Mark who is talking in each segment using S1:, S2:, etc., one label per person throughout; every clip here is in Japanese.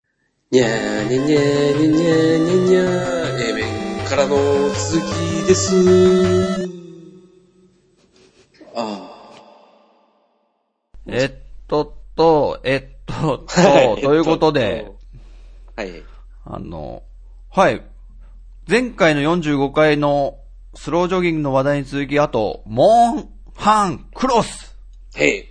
S1: にゃーにゃにゃーにゃにゃーにゃにゃー、A 面からの続きです。あ
S2: えっとっと、えっとっ
S1: あ。
S2: と、ということで、
S1: はい。はい。
S2: あの、はい。前回の45回のスロージョギングの話題に続き、あと、モンハンクロス
S1: へい。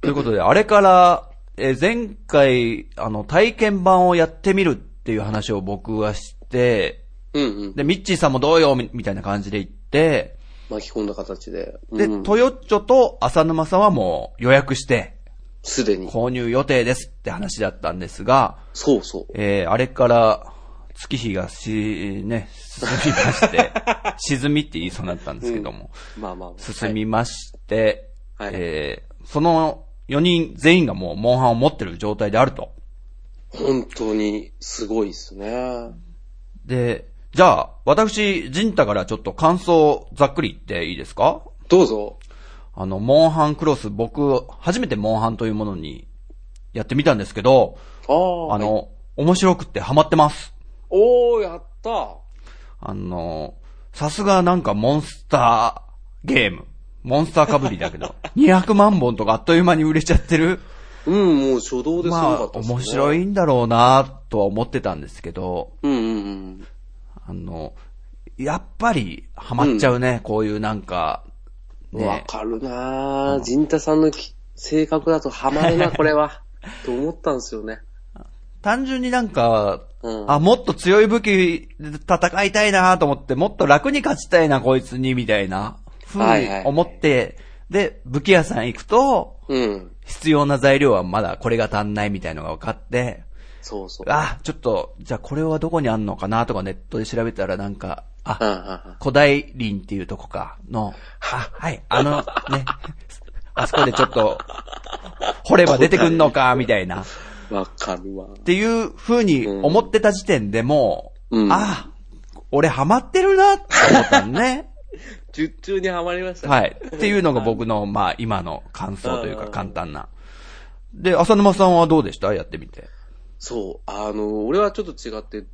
S2: ということで、あれから、えー、前回、あの、体験版をやってみるっていう話を僕はして、
S1: うんうん。
S2: で、ミッチーさんもどうよ、みみたいな感じで言って、
S1: 巻き込んだ形で。
S2: で、
S1: うん
S2: トヨッチョと浅沼さんはもう予約して、
S1: すでに。
S2: 購入予定ですって話だったんですが、
S1: そうそう。
S2: えー、あれから、月日がし、ね、進みま して、沈みって言いそうになったんですけども、
S1: まあまあまあ。
S2: 進みまして、
S1: はい
S2: えー、その4人全員がもう、モンハンを持ってる状態であると。
S1: 本当にすごいですね。
S2: で、じゃあ、私、ジンタからちょっと感想をざっくり言っていいですか
S1: どうぞ。
S2: あの、モンハンクロス、僕、初めてモンハンというものにやってみたんですけど、
S1: ああ。
S2: あの、面白くってハマってます。
S1: おー、やった。
S2: あの、さすがなんかモンスターゲーム。モンスターかぶりだ けど、200万本とかあっという間に売れちゃってる。
S1: うん、もう初動ですご
S2: ま
S1: か
S2: あ
S1: っ、たですね。
S2: 面白
S1: い。
S2: いんだろうなとは思ってたんですけど、
S1: うんうんうん。
S2: あの、やっぱりハマっちゃうね、こういうなんか、
S1: わ
S2: ね。
S1: かるなぁ。陣太さんのき性格だとハマ るな、これは。と思ったんですよね。
S2: 単純になんか、
S1: うん
S2: あ、もっと強い武器で戦いたいなと思って、もっと楽に勝ちたいな、こいつに、みたいな、ふう
S1: はいはい
S2: に思って、で、武器屋さん行くと、
S1: うん。
S2: 必要な材料はまだこれが足んないみたいのが分かって、
S1: そうそう。
S2: あ、ちょっと、じゃあこれはどこにあんのかなとかネットで調べたらなんか、
S1: うんう
S2: あ、
S1: んうん。
S2: 古代林っていうとこか、の、あ、はい、あのね、あそこでちょっと、掘れば出てくんのか、みたいな、っ
S1: わかるわ。
S2: ていう風に思ってた時点でもう、
S1: うん
S2: あ、俺ハマってるなって思ったのね。
S1: 術中にハマりました。
S2: はい。っていうのが僕の、まあ、今の感想というか簡単な。で、浅沼さんはどうでしたやってみて。
S1: そう。あの、俺はちょっと違って、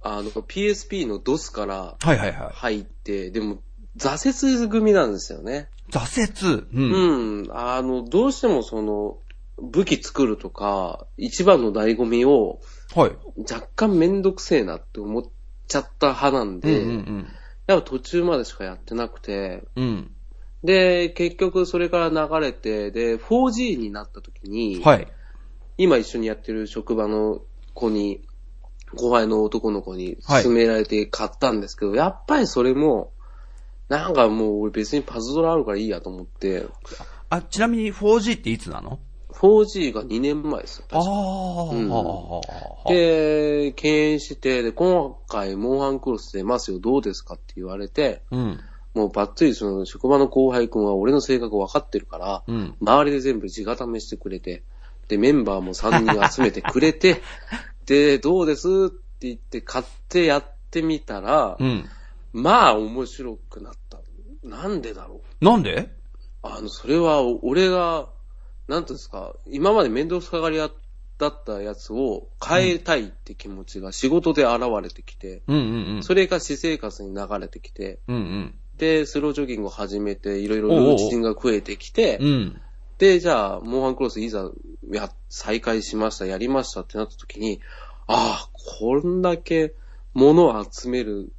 S1: あの、PSP の DOS から
S2: はいはいはい。
S1: 入って、でも、挫折組なんですよね。
S2: 挫折。うん。
S1: うん。あの、どうしてもその、武器作るとか、一番の醍醐味を、
S2: はい。
S1: 若干めんどくせえなって思っちゃった派なん
S2: うんう
S1: で、
S2: ん
S1: やっぱ途中までしかやってなくて、
S2: うん。うん。
S1: で、結局それから流れて、で、4G になった時に、
S2: はい。
S1: 今一緒にやってる職場の子に、後輩の男の子に
S2: はい
S1: 勧められて買ったんですけど、やっぱりそれも、なんかもう俺別にパズドラあるからいいやと思って、
S2: あ、ちなみに 4G っていつなの
S1: 4G が2年前ですよ。
S2: あ
S1: 確か
S2: あ、
S1: うん
S2: で、
S1: で、敬遠して、で、今回、モンハンクロス出ますよ、どうですかって言われて、
S2: うん。
S1: もうばっつりその職場の後輩君は俺の性格分かってるから、
S2: うん。
S1: 周りで全部地固めしてくれて、で、メンバーも3人集めてくれ て、で、どうですって言って買ってやってみたら
S2: う、ん。
S1: まあ面白くなった。なんでだろう
S2: なんで
S1: あの、それは俺が、なんていうんですか、今まで面倒くさがり屋だったやつを変えたいって気持ちが仕事で現れてきて、
S2: うんうんうん。
S1: それが私生活に流れてきて、
S2: うんうん。
S1: で、スロージョギングを始めて、いろいろ
S2: おうおう
S1: ルーチンが増えてきて、
S2: うん。
S1: で、じゃあ、モンハンクロスいざ、や、再開しました、やりましたってなった時に、ああ、こんだけ物を集める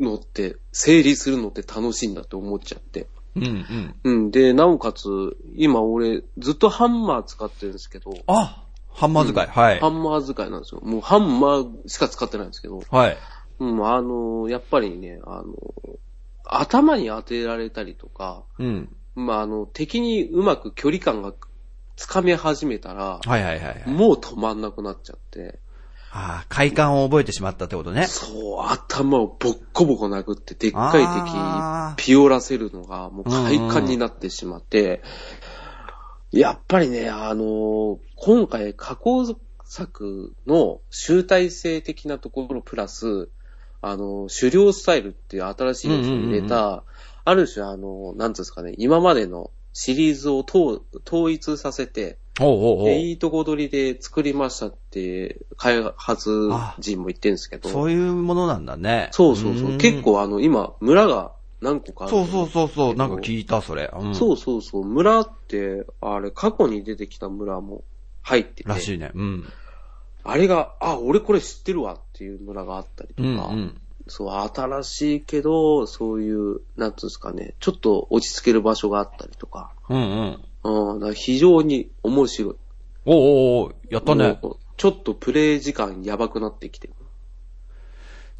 S1: のって、整理するのって楽しいんだって思っちゃって。
S2: うんうん。
S1: うん。で、なおかつ、今俺、ずっとハンマー使ってるんですけど、
S2: あ、ハンマー使い。はい
S1: ハ。ンマー使いなんですよ。もうハンマーしか使ってないんですけど、
S2: はい。
S1: うん、あの、やっぱりね、あの、頭に当てられたりとか、
S2: うん。
S1: まあ、あの、敵にうまく距離感がつかめ始めたら、
S2: はいはいはいはい。
S1: もう止まんなくなっちゃって、
S2: ああ、快感を覚えてしまったってことね。
S1: そう、頭をボッコボコ殴って、でっか
S2: あ
S1: い敵、ピオらせるのが、もう快感になってしまって、やっぱりね、あの、今回、加工作の集大成的なところプラス、あの、狩猟スタイルっていう新しいやつを入れた、
S2: うん
S1: ある種、あの、なんつうんですかね、今までのシリーズを統統一させて、
S2: おうおうおう
S1: で、いいとこ取りで作りましたって、開発人も言ってるんですけど、
S2: そういうものなんだね。
S1: そうそうそう。
S2: ん
S1: 結。構あの、今、村が何個かある
S2: そうそうそうそう、なんか聞いた、それ。うん、
S1: そうそうそう。村って、あれ、過去に出てきた村も入ってて。
S2: らしいね。うん。
S1: あれが、あ、俺これ知ってるわっていう村があったりと
S2: う
S1: か、
S2: ん、うん。
S1: そう、新しいけど、そういう、なんつうんですかね、ちょっと落ち着ける場所があったりとか、
S2: うんうん。
S1: うん、だから非常に面白い。
S2: おうおうおうやったね。
S1: もうちょっとプレイ時間やばくなってきてる。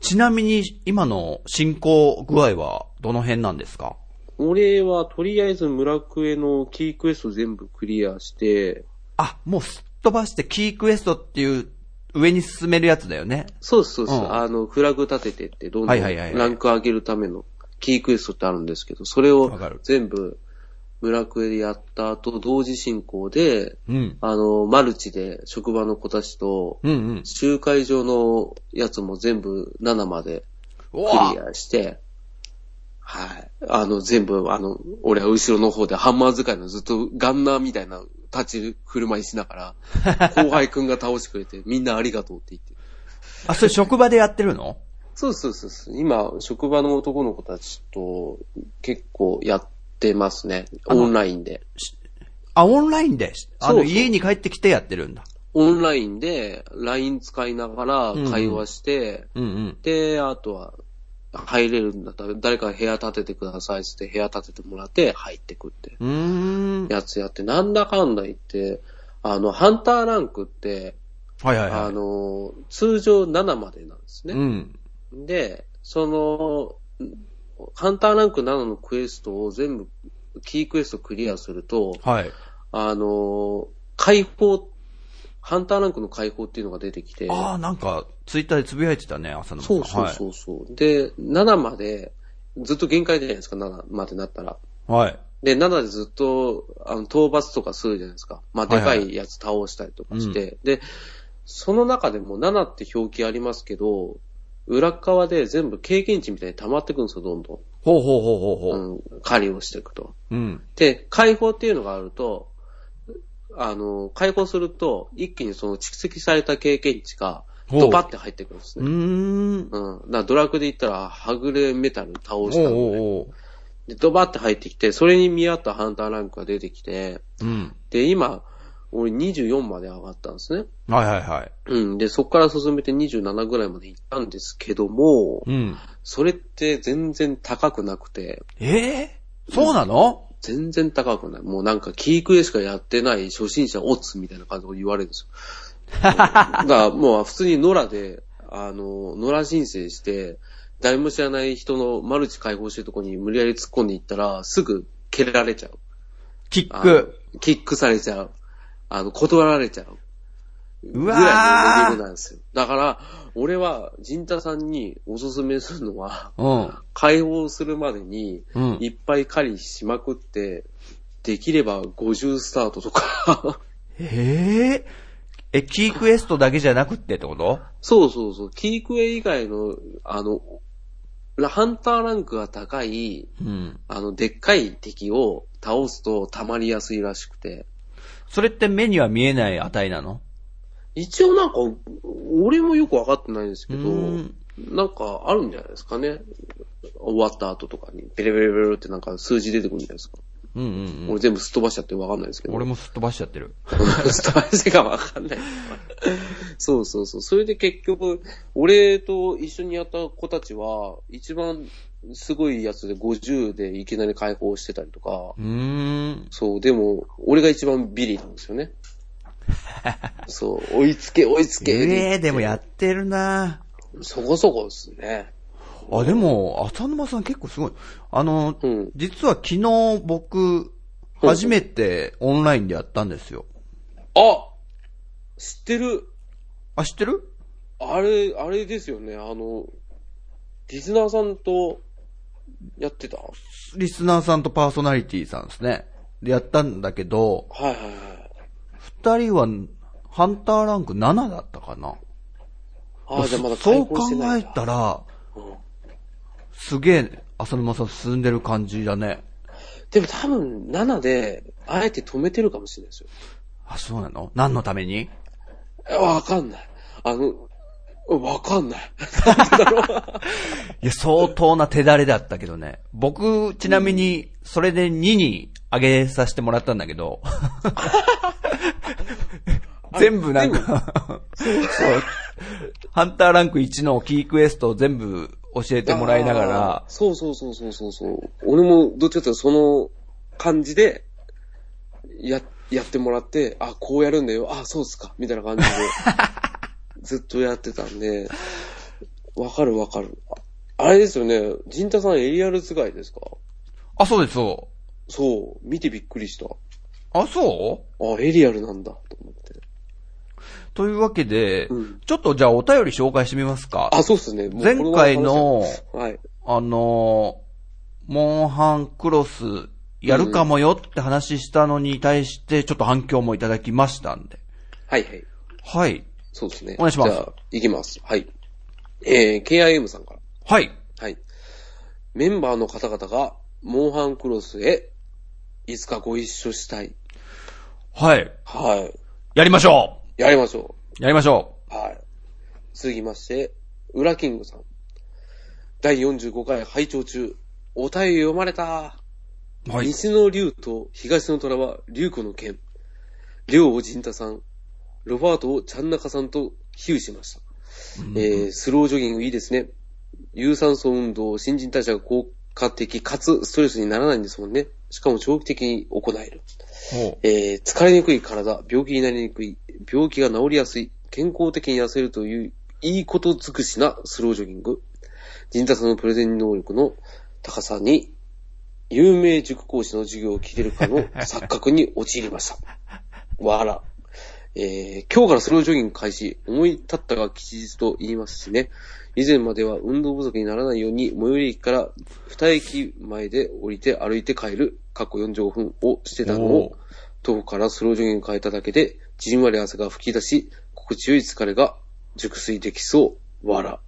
S2: ちなみに、今の進行具合は、どの辺なんですか
S1: 俺はとりあえず村クエのキークエスト全部クリアして、
S2: あ、もうすっ飛ばして、キークエストっていう、上に進めるやつだよね。
S1: そうですそうです、
S2: うん
S1: あの、フラグ立ててって、どんど
S2: は
S1: ん
S2: いはいはいはい
S1: ランク上げるためのキークエストってあるんですけど、それ
S2: わ
S1: を
S2: かる
S1: 全部村クエでやった後、同時進行で、
S2: うん。
S1: あの、マルチで職場の子たちと、
S2: うんうん。
S1: 集会場のやつも全部7まで
S2: お
S1: ク
S2: わ
S1: リアして、はい。あの、全部、あの、俺は後ろの方でハンマー使いのずっとガンナーみたいな立ち振る舞いしながら、 後輩くんが倒してくれて、みんなありがとうって言って。
S2: あ、それ職場でやってるの
S1: そうそうそうそう。今、職場の男の子たちと結構やってますね。
S2: あの
S1: オンラインで。
S2: あ、オンラインで。あ
S1: そ
S2: の、
S1: うそう
S2: 家に帰ってきてやってるんだ。
S1: オンラインで、LINE 使いながら会話して、
S2: うんうん。
S1: で、あとは、入れるんだったら、誰か部屋建ててくださいっつって部屋建ててもらって入ってくって
S2: うーん。
S1: やつやって、なんだかんだ言って、あの、ハンターランクって、
S2: はいはい
S1: あ
S2: はい。
S1: の、通常7までなんです
S2: う
S1: ね。
S2: ん。
S1: で、その、ハンターランク7のクエストを全部、キークエストクリアすると、
S2: はい。
S1: あの、解放、ハンターランクの解放っていうのが出てきて、
S2: ああ、なんか、ツイッターでつぶやいてたね、朝の
S1: そうそうそうそう、で、7まで、ずっと限界じゃないですか、7までなったら。
S2: はい。
S1: で、7でずっと、あの、討伐とかするじゃないですか。まあ、
S2: はい
S1: で
S2: は
S1: か
S2: い
S1: いやつ倒したりとかして。で、その中でも7って表記ありますけど、裏側で全部経験値みたいに溜まってくるんですよ、どんどん。
S2: ほうほうほうほうほう。
S1: うん、狩りをしていくと。
S2: うん。
S1: で、解放っていうのがあると、あの、解放すると、一気にその蓄積された経験値が、
S2: ほう
S1: ドバって入ってくるんです
S2: う
S1: ね。
S2: ーん。
S1: うん。だからドラクエで言ったら、はぐれメタル倒
S2: おう
S1: したので、
S2: おうおう。
S1: でドバって入ってきて、それに見合ったハンターランクが出てきて、
S2: うん。
S1: で、今、俺24まで上がったんですね。
S2: はいはいはい。
S1: うん。で、そこから進めて27ぐらいまで行ったんですけども、
S2: うん。
S1: それって全然高くなくて、
S2: ええそうなの
S1: 全然高くない。もうなんか、キークエしかやってない初心者オッツみたいな感じで言われるんですよ。うんだからもう普通に野良で、あの、野良申請して、誰も知らない人のマルチ解放してるとこに無理やり突っ込んでいったら、すぐ蹴られちゃう。
S2: キッ
S1: あ
S2: ク。
S1: のキックされちゃう。あの、断られちゃう。
S2: う
S1: ぐらいのレベル
S2: わ
S1: なんですよ。だから、俺は、ジンタさんにおすすめするのは、
S2: ー
S1: 解放するまでに、
S2: うん。うん。
S1: いっぱい狩りしまくって、できれば50スタートとか。
S2: えええ、キークエストだけじゃなくってってこと
S1: そうそうそう。キークエ以外の、あの、ハンターランクが高い、
S2: うん。
S1: あの、でっかい敵を倒すと溜まりやすいらしくて。
S2: それって目には見えない値なの
S1: 一応なんか、俺もよくわかってないんですけ
S2: う
S1: ど、
S2: ん。
S1: なんかあるんじゃないですかね。終わった後とかに、ベレベレベレってなんか数字出てくるんじゃないですか。
S2: うんうんうん。
S1: 俺全部すっ飛ばしちゃってわかんないですけど。
S2: 俺
S1: も。
S2: もすっ飛ばしちゃってる。
S1: すっ飛ばしてかわかんない。 そうそうそう。それで結局、俺と一緒にやった子たちは、一番すごいやつで50でいきなり解放してたりとか、
S2: うーん。
S1: そう、でも、俺が一番ビリなんですよ ね。そう、追いつけ、追いつけ。
S2: ええでもやってるな
S1: そこそこですね。
S2: あ、でも、浅沼さん結構すごい。あの、
S1: うん
S2: 実は昨日僕、初めてオンラインでやったんですよ。
S1: あ知ってる
S2: あ、知ってる
S1: あれ、あれですよね、あの、リスナーさんとやってたは
S2: リスナーさんとパーソナリティさんですね。で、やったんだけど、
S1: いはいはい。
S2: 二人は、ハンターランク7だったかな。
S1: ああ、じゃあまだ
S2: そ
S1: 解
S2: う
S1: 放
S2: 考
S1: してない
S2: え
S1: んだ。
S2: たら、
S1: うん
S2: すげえ、浅沼さん進んでる感じだね。
S1: でも多分7で、あえて止めてるかもしれないですよ。
S2: あ、そうなの何のために
S1: えわかんない。あの、わかんない。
S2: いや、相当な手だれだったけどね。僕、ちなみに、それで2に上げさせてもらったんだけ ど。全部なんか、そう。ハンターランク1のキークエストを全部教えてもらいながら
S1: あー、そうそうそうそうそうそう。俺も、どっちかというとその感じで、や、やってもらって、あ、こうやるんだよ。あ、そうっすか。みたいな感 じで、ずっとやってたんで、わかるわかる。ああれですよね。ジンタさんエリアル使いですか
S2: あ、そうです、そ
S1: そう。見てびっくりした。
S2: う。あ、そう
S1: あ、エリアルなんだ、と思って。
S2: というわけで、
S1: うん
S2: ちょっとじゃあお便り紹介してみますか。
S1: あ、そうっすね。もう
S2: 前
S1: こ
S2: 回
S1: 話
S2: の、
S1: はい。
S2: あのーモンハンクロスやるかもよって話したのに対して、ちょっと反響もいただきましたんで。
S1: はいはい。
S2: はい。
S1: そうですね。
S2: お願いします
S1: じゃあ、いきます。はい。えー、KIM さんから。
S2: はい。
S1: はい。メンバーの方々が、モンハンクロスへ、いつかご一緒したい。
S2: はい。
S1: はい。
S2: やりましょ
S1: やりましょ
S2: うやりましょ
S1: う。はい。続きまして、ウラキングさん。第45回拝聴中、お便り読まれた。
S2: うはい。
S1: 西の竜と東の虎は竜子の剣。竜を陣太さん、ロバートをちゃんなかさんと比喩しました。えー、スロージョギングいいですね。有酸素運動、新陳代謝が効果的かつストレスにならないんですもんね。しかも長期的に行える。
S2: ほう
S1: えー、疲れにくい体、病気になりにくい、病気が治りやすい、健康的に痩せるという、いいこと尽くしなスロージョギング。陣太さんのプレゼン能力の高さに、有名塾講師の授業を聞いてるかの錯覚に陥りま した。わら。えー今日からスロージョギング開始、思い立ったが吉日と言いますしね。以前までは運動不足にならないように、最寄り駅から二駅前で降りて歩いて帰る、過去45分をしてたの
S2: お
S1: を
S2: ー、
S1: 頭部からスロージョギング変えただけで、じんわり汗が吹き出し、心地よい疲れが熟睡できそう、わら。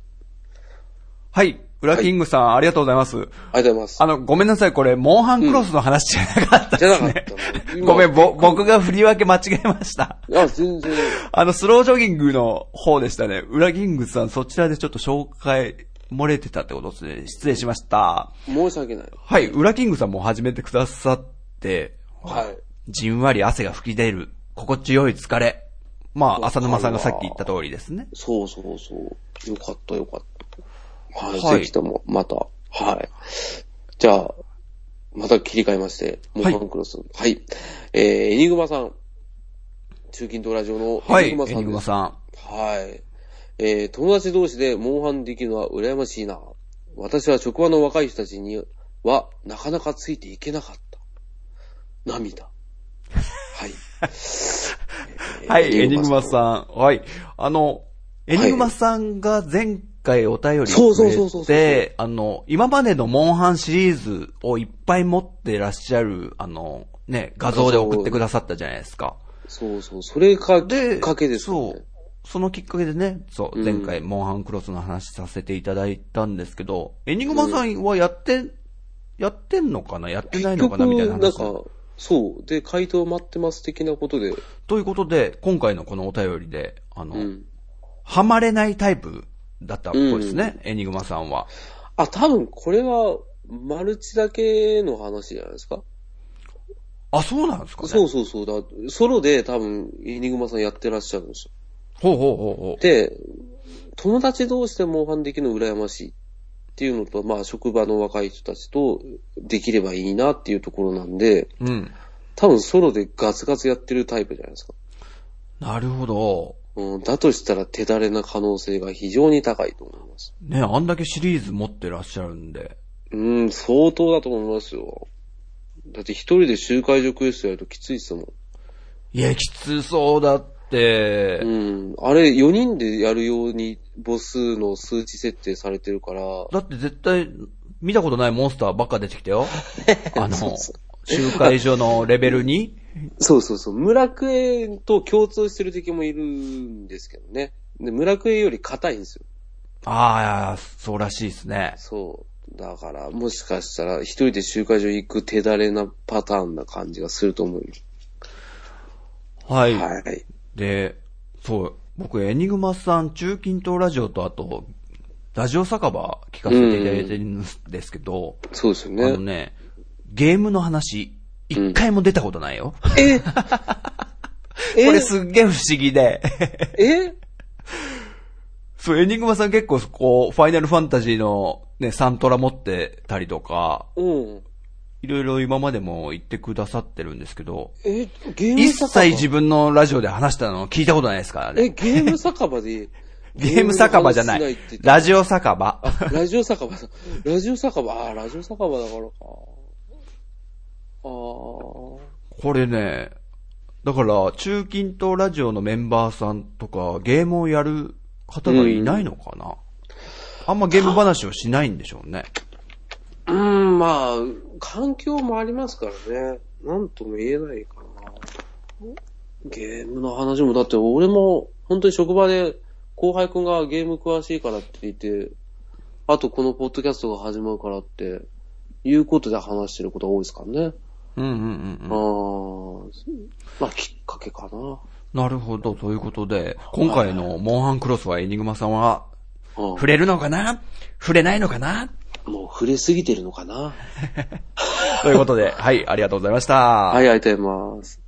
S2: はい。裏キングさん、ありがとうございます。
S1: ありがとうございます
S2: あ。の、ごめんなさい、これ、モンハンクロスの話じゃなかった
S1: じゃ
S2: で
S1: な
S2: す
S1: かっ
S2: ね。
S1: たの。
S2: ごめん、ぼ、
S1: 今
S2: 僕が振り分け間違えました。
S1: あ、全然。
S2: あの、スロージョギングの方でしたね。裏キングさん、そちらでちょっと紹介漏れてたってことですね。失礼しました。
S1: 申し訳ない。
S2: はい、裏キングさんも始めてくださって、
S1: はい。
S2: じんわり汗が吹き出る、心地よい疲れ。まあ、浅沼さんがさっき言った通りですね。
S1: そうそうそう。よかったよかった。はい。
S2: はい
S1: ぜひとも、また。はい。じゃあ、また切り替えまして、モンハンクロス。はい。えー、エニグマさん。中近東ラジオの
S2: は
S1: エニ
S2: い、
S1: グマさ
S2: エニ
S1: ん
S2: グ
S1: で
S2: マ
S1: す。
S2: さん。
S1: はい。えー、友達同士でモンハンできるのは羨ましいな。私は職場の若い人たちには、なかなかついていけなかった。涙。はい。
S2: はい、エ
S1: エニ
S2: ニグ
S1: グ
S2: マ
S1: マ
S2: さん。はい。あの、エニグマさんが前回お便り
S1: そうそうそうそ
S2: くれ
S1: うそう
S2: て、あの、今までのモンハンシリーズをいっぱい持ってらっしゃる、あの、ね、画像で送ってくださったじゃないですか。
S1: そうそう。それがき
S2: で、
S1: っかけですよね。
S2: そう。そのきっかけでね、そう、
S1: うん
S2: 前回、モンハンクロスの話させていただいたんですけど、エニグマさんはやって、やってんのかなやってないのかなみたいな
S1: なん
S2: 話。
S1: か、そう。で、回答待ってます的なことで。
S2: ということで、今回のこのお便りで、あの、
S1: うん。
S2: ハマれないタイプだったっぽいですね、エニグマさんは。
S1: あ、多分これは、マルチだけの話じゃないですか。
S2: あ、そうなんですかね。
S1: そうそうそうだ。ソロで多分、イニグマさんやってらっしゃるんですよ。
S2: ほうほうほうほう。
S1: で、友達同士でモンハンできるの羨ましいっていうのと、まあ、職場の若い人たちとできればいいなっていうところなんで、
S2: うん。
S1: 多分ソロでガツガツやってるタイプじゃないですか。
S2: なるほど。
S1: うん、だとしたら手だれな可能性が非常に高いと思います。
S2: ね、あんだけシリーズ持ってらっしゃるんで。
S1: うん、相当だと思いますよ。だって一人で集会所クエストやるときついですもん。
S2: いや、きつそうだって。
S1: うん、あれ4人でやるようにボスの数値設定されてるから、
S2: だって絶対、見たことないモンスターばっか出てき たよ。あの、
S1: そうそ
S2: 集会所のレベルに。
S1: そうそうそう、村クエと共通してる敵もいるんですけどね。で、村クエより硬いんですよ。
S2: ああ、そうらしいですね。
S1: そう。だから、もしかしたら一人で集会所行く手だれなパターンな感じがすると思うよ。
S2: はい。
S1: はい。
S2: で、そう、僕、エニグマさん、中近東ラジオと、あと、ラジオ酒場聞かせていただいてるんですけど、
S1: そうですよ
S2: あ
S1: ね。
S2: のね、ゲームの話、一回も出たことないよ。
S1: ええ
S2: これすっげえ不思議で。
S1: え
S2: そう、エニグマさん結構、こう、ファイナルファンタジーのね、サントラ持ってたりとか、
S1: うん。
S2: いろいろ今までも言ってくださってるんですけど、
S1: え、ゲーム
S2: 一
S1: 酒場
S2: 切自分のラジオで話したの聞いたことないですから
S1: え、
S2: ね。。
S1: ゲーム酒場で
S2: ゲーム酒場じゃな
S1: ゲーム
S2: い
S1: の話しって言っ。て
S2: ラジオ酒場。
S1: ラジオ酒場だ。ラジオ酒場、ああ、ラジオ酒場だからか。ああ。
S2: これね、だから、中近東ラジオのメンバーさんとか、ゲームをやる方がいないのかな、あんまゲーム話をしないんでしょうね。
S1: うん、まあ、環境もありますからね。なんとも言えないかな。ゲームの話も、だって俺も、本当に職場で、後輩くんがゲーム詳しいからって言って、あとこのポッドキャストが始まるからって、いうことで話してることが多いですからね。
S2: うんうんうん
S1: あ
S2: うん。
S1: あ、まあ、きっかけかな。
S2: なるほど、ということで、今回のモンハンクロスはエニグマさんは、
S1: うん
S2: 触れるのかな触れないのかな
S1: もう触れすぎてるのかな。
S2: ということで、はい、ありがとうございました。
S1: はい、ありがとうございます。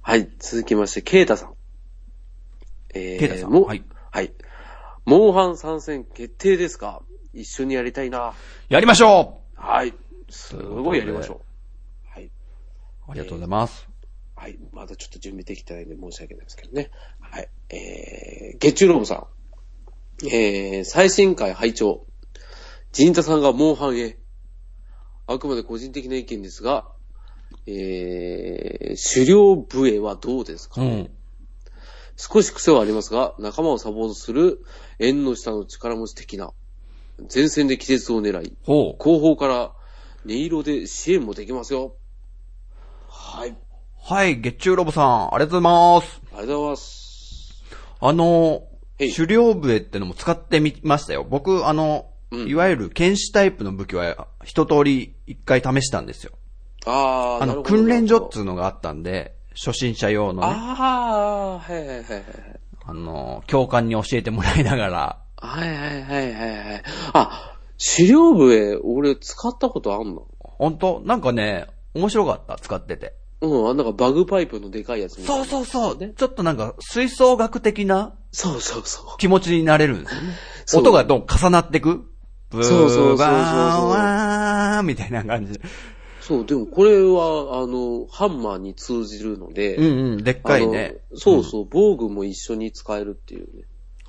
S1: はい、続きまして、ケイタさん。え
S2: ケイタさん
S1: も
S2: はい
S1: はい。モンハン参戦決定ですか一緒にやりたいな。
S2: やりましょ
S1: はい。すごいやりましょう。はい。
S2: うありがとうございます。
S1: はい。まだちょっと準備できてないんで申し訳ないですけどね。はい。えー、月中ロームさん。えー、最新回拝聴。陣田さんがモンハンへ。あくまで個人的な意見ですが、えー、狩猟笛はどうですか、
S2: うん。
S1: 少し癖はありますが、仲間をサポートする縁の下の力持ち的な、前線で季節を狙い、
S2: ほう。
S1: 後方から音色で支援もできますよ。はい。
S2: はい、月中ロボさん、ありがとうございます。
S1: ありがとうございます。
S2: あの、
S1: はい
S2: 狩猟笛ってのも使ってみましたよ。僕、あの、
S1: うん
S2: いわゆる剣士タイプの武器は一通り一回試したんですよ。
S1: あー、
S2: あ
S1: なる
S2: の、
S1: ほど
S2: 訓練所っ
S1: なる
S2: つうのがあったんで、初心者用の
S1: ほど
S2: ね、
S1: あー、はいはいはい
S2: あの、教官に教えてもらいながら、
S1: はい。はいはいはいはいはい。あ、狩猟笛、俺使ったことあんの
S2: 本当なんかね、面白かった、使ってて。
S1: うん、あなんかバグパイプのでかいやつみたい
S2: そう
S1: な
S2: そうそう、ちょっとなんか吹奏楽的な
S1: そうそうそう。
S2: 気持ちになれるんですよね。
S1: そう
S2: 音がどんどん重なってく。ブー
S1: そうそうそうそうそう
S2: バーンワーンみたいな感じで。
S1: そう、でもこれは、あの、ハンマーに通じるので、
S2: うんうん、でっかいね。
S1: あのそうそう、防具も一緒に使えるっていうね。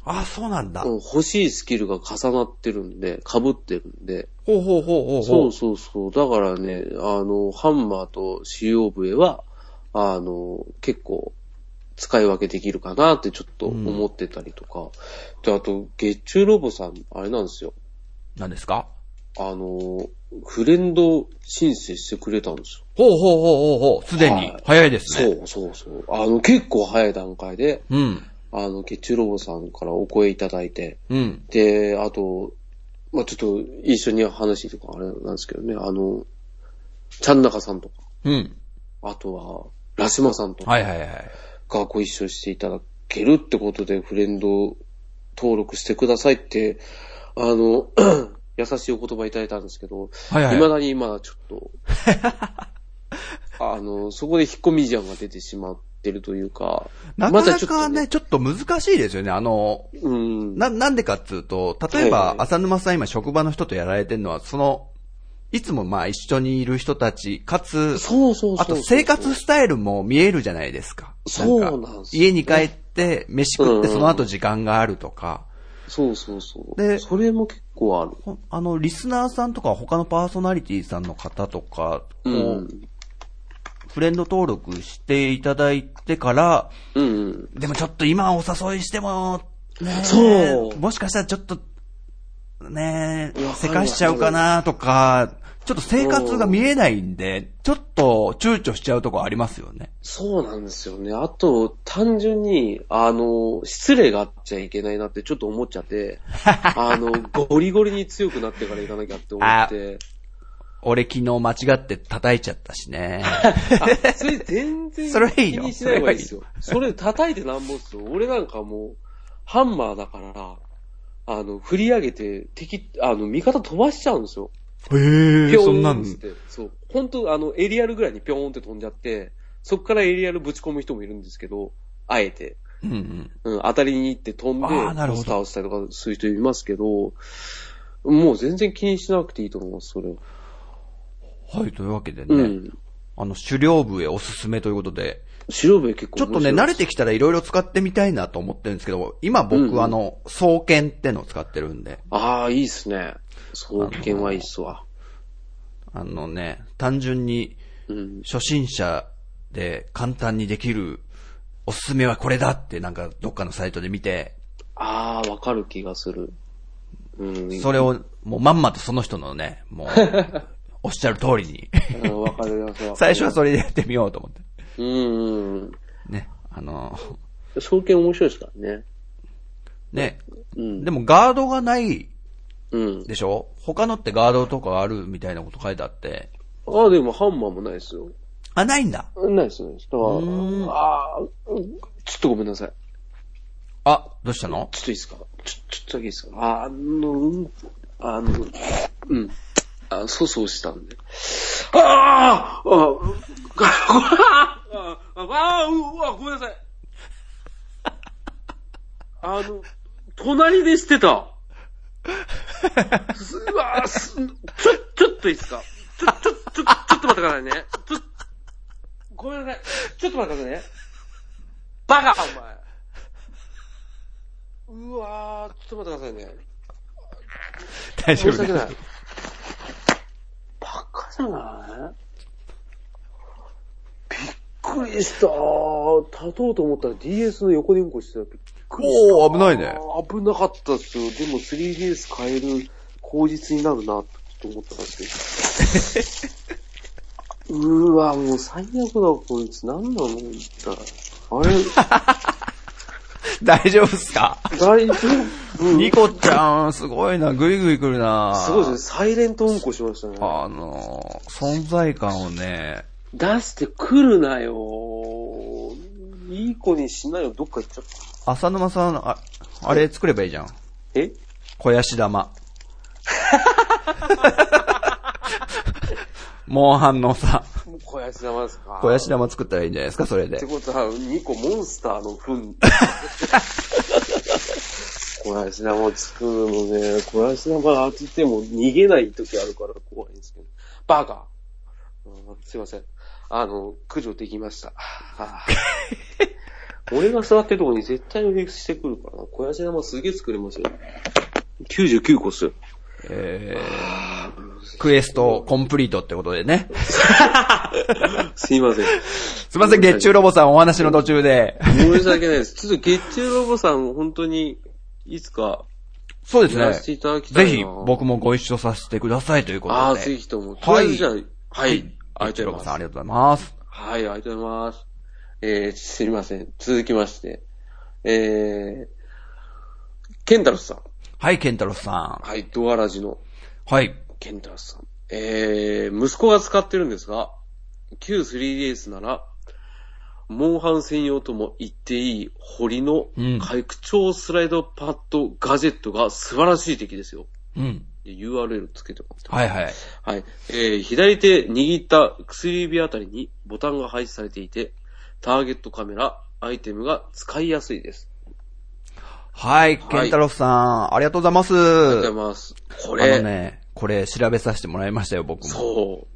S2: あ、そうなんだ。
S1: うん欲しいスキルが重なってるんで、被ってるんで。
S2: ほうほうほうほうほ
S1: そうそうそう。だからね、あの、ハンマーと使用笛は、あの、結構、使い分けできるかなってちょっと思ってたりとか。で、あと、月中ロボさん、あれなんですよ。
S2: なんですか
S1: あの、フレンド申請してくれたんですよ。
S2: ほうほうほうほうほう。すでに
S1: はい。
S2: 早いです
S1: そ
S2: ね。
S1: うそうそう。あの、結構早い段階で、
S2: うん。
S1: あの、月中ロボさんからお声いただいて、
S2: うん。
S1: で、あと、まあ、ちょっと一緒に話とかあれなんですけどね、あの、ちゃんなかさんとか、
S2: うん。
S1: あとは、ラシマさんとか
S2: はいはいはい。
S1: がご一緒していただけるってことで、フレンド登録してくださいって、あの、 優しいお言葉いただいたんですけど、
S2: はいはい。
S1: 未だにまだちょっ と、あの、そこで引っ込み思案が出てしまってるというか、
S2: な
S1: ま
S2: か
S1: だ
S2: な
S1: ちょっ
S2: か
S1: と
S2: ね、、ちょっと難しいですよね。あの、
S1: うん、
S2: な、なんでかっつうと、例えば
S1: は、い
S2: 浅沼さん今職場の人とやられてるのは、その、いつもまあ一緒にいる人たち、かつ、
S1: そうそうそうそう。
S2: あと生活スタイルも見えるじゃないですか。
S1: そうなん
S2: か
S1: ですよ
S2: 家に帰って、飯食って
S1: うん
S2: その後時間があるとか、
S1: そうそうそう。
S2: で
S1: で、それも結構ある。
S2: ほんあの、リスナーさんとか他のパーソナリティさんの方とか、こう、
S1: うん。
S2: フレンド登録していただいてから、
S1: うんうん。
S2: でもちょっと今お誘いしても、ねえ
S1: そう
S2: もしかしたらちょっと、
S1: わ
S2: ね
S1: かるわか
S2: え、
S1: る
S2: せかしちゃうかなとか、ちょっと生活が見えないんで、ちょっと躊躇しちゃうとこありますよね。
S1: そうなんですよね。あと、単純に、あの、失礼があっちゃいけないなってちょっと 思っちゃって、あの、ゴリゴリに強くなってから行かなきゃって思って、
S2: 俺昨日間違って叩いちゃったしね。
S1: あそれ全然
S2: それはいい
S1: 気
S2: の
S1: にしない方がいいですよ。それ叩いてなんぼっすよ。俺なんかもう、ハンマーだから、あの、振り上げて、敵、あの、味方飛ばしちゃうんですよ。
S2: へ
S1: ぴ
S2: え、
S1: ょ
S2: そんな
S1: ーん
S2: ん
S1: っ、つって。そう。本当あの、エリアルぐらいにぴょーんって飛んじゃって、そっからエリアルぶち込む人もいるんですけど、あえて。
S2: うんうん。
S1: うん、当たりに行って飛んで、
S2: あーなる
S1: ポ
S2: ほど
S1: スターをしたりとかする人いますけど、もう全然気にしなくていいと思います、それは。
S2: はい、というわけでね、
S1: うん。
S2: あの、狩猟部へおすすめということで、
S1: 白部結構
S2: ちょっとね、
S1: 面白
S2: 慣
S1: い
S2: れてきたらいろいろ使ってみたいなと思ってるんですけど、今僕、
S1: うんうん
S2: あの、双剣ってのを使ってるんで、
S1: ああ、いいっすね。創建はいいっすわ。
S2: あのね、単純に
S1: うん。
S2: 初心者で簡単にできるおすすめはこれだってなんかどっかのサイトで見て、
S1: ああ、わかる気がす る。うん。
S2: それをもうまんまとその人のね、も う、おっしゃる通りに、
S1: うんわかるわかる。
S2: 最初はそれでやってみようと思って。
S1: うんうん。
S2: ね、あの、
S1: 創建面白いですからね。
S2: ね、
S1: うん。
S2: でもガードがない
S1: うん。
S2: でしょ他のってガードとかあるみたいなこと書いてあって。
S1: ああ、でもハンマーもないですよ。
S2: あ、ないんだ。
S1: ないですね。だから
S2: うん
S1: ああ、うんちょっとごめんなさい。
S2: あ、どうし たの
S1: ちょっといいですかちょ、ちょっとだけいいですかああの、うんあの、うん。あ、粗相したんで。ああああうん ああああうわ、ごめんなさい。あの、隣でしてた。すうわすちょ、ちょっといいですかちょ、ちょ、ちょ、ちょっと待ってくださいね。ちょ、ごめんなさい。ちょっと待ってくださいね。バカ、お前。うわー、ちょっと待ってくださいね。
S2: 大丈
S1: 申
S2: 夫
S1: し訳
S2: で
S1: ない
S2: す。。
S1: バカじゃないびっくりした。立とうと思ったら DS の横でうんこしてた。びっくりした。
S2: おー危ないね
S1: あー危なかったっすよ。でも 3DS 変える口実になるな、と思ったんですけど。うーわ、もう最悪だ、こいつ。なんなの一体。あれ、
S2: 大丈夫っすか
S1: 大丈夫
S2: ニコちゃん、すごいな、ぐいぐい来るな。
S1: すごいですね。サイレントうんこしましたね。
S2: あの、存在感をね、
S1: 出してくるなよ。いい子にしなよ。どっか行っちゃった。
S2: 浅沼さん、ああれ作ればいいじゃん。
S1: え
S2: 肥や し玉。モンハンのさ、
S1: もう小安玉ですか
S2: 肥やし玉作ったらいいんじゃないですか、それで
S1: って。ことは、2個モンスターの 糞。小林玉を作るのね、小林玉が当てても逃げない時あるから怖いんですけど。バカ、うんすいません。あの、駆除できました。は あ俺が座ってるとこに絶対予約してくるからな。小林玉すげえ作れますよ。99個っすよ。
S2: えー、クエストコンプリートってことでね。
S1: すいません。
S2: すいません、月中ロボさんお話の途中で。
S1: 申し訳ないです。ちょっと月中ロボさん、本当に、いつか、
S2: そうで
S1: やら
S2: す
S1: せて
S2: ね。
S1: いただきたい
S2: ぜ
S1: な。
S2: ひ僕もご一緒させてくださいということで。
S1: ああ、ぜひとも。
S2: は
S1: はいい。じゃあ、はい。ありがと
S2: 月中
S1: う
S2: ロ
S1: ご
S2: ボ
S1: ざい
S2: さん
S1: ま
S2: あ
S1: す。
S2: りがとうございます。
S1: はい、ありがとうございます。えー、すみません。続きまして。えー、ケンタロスさん。
S2: はい、ケンタロスさ
S1: はい、ドアラジの
S2: ん。はい。
S1: ケンタロスさん。えー、息子が使ってるんですが、旧 3DS なら、モンハン専用とも言っていい、堀の
S2: うん
S1: 拡張スライドパッドガジェットが素晴らしい敵ですよ。
S2: うん。
S1: URL つけてもらって
S2: はいはい。
S1: はい。えー左手握った薬指あたりにボタンが配置されていて、ターゲットカメラ、アイテムが使いやすいです。
S2: はい、ケンタロスさん、ありがとうございます。
S1: ありがとうございます。こ
S2: あ
S1: れ、
S2: のね、これ調べさせてもらいましたよ、僕 も。
S1: そ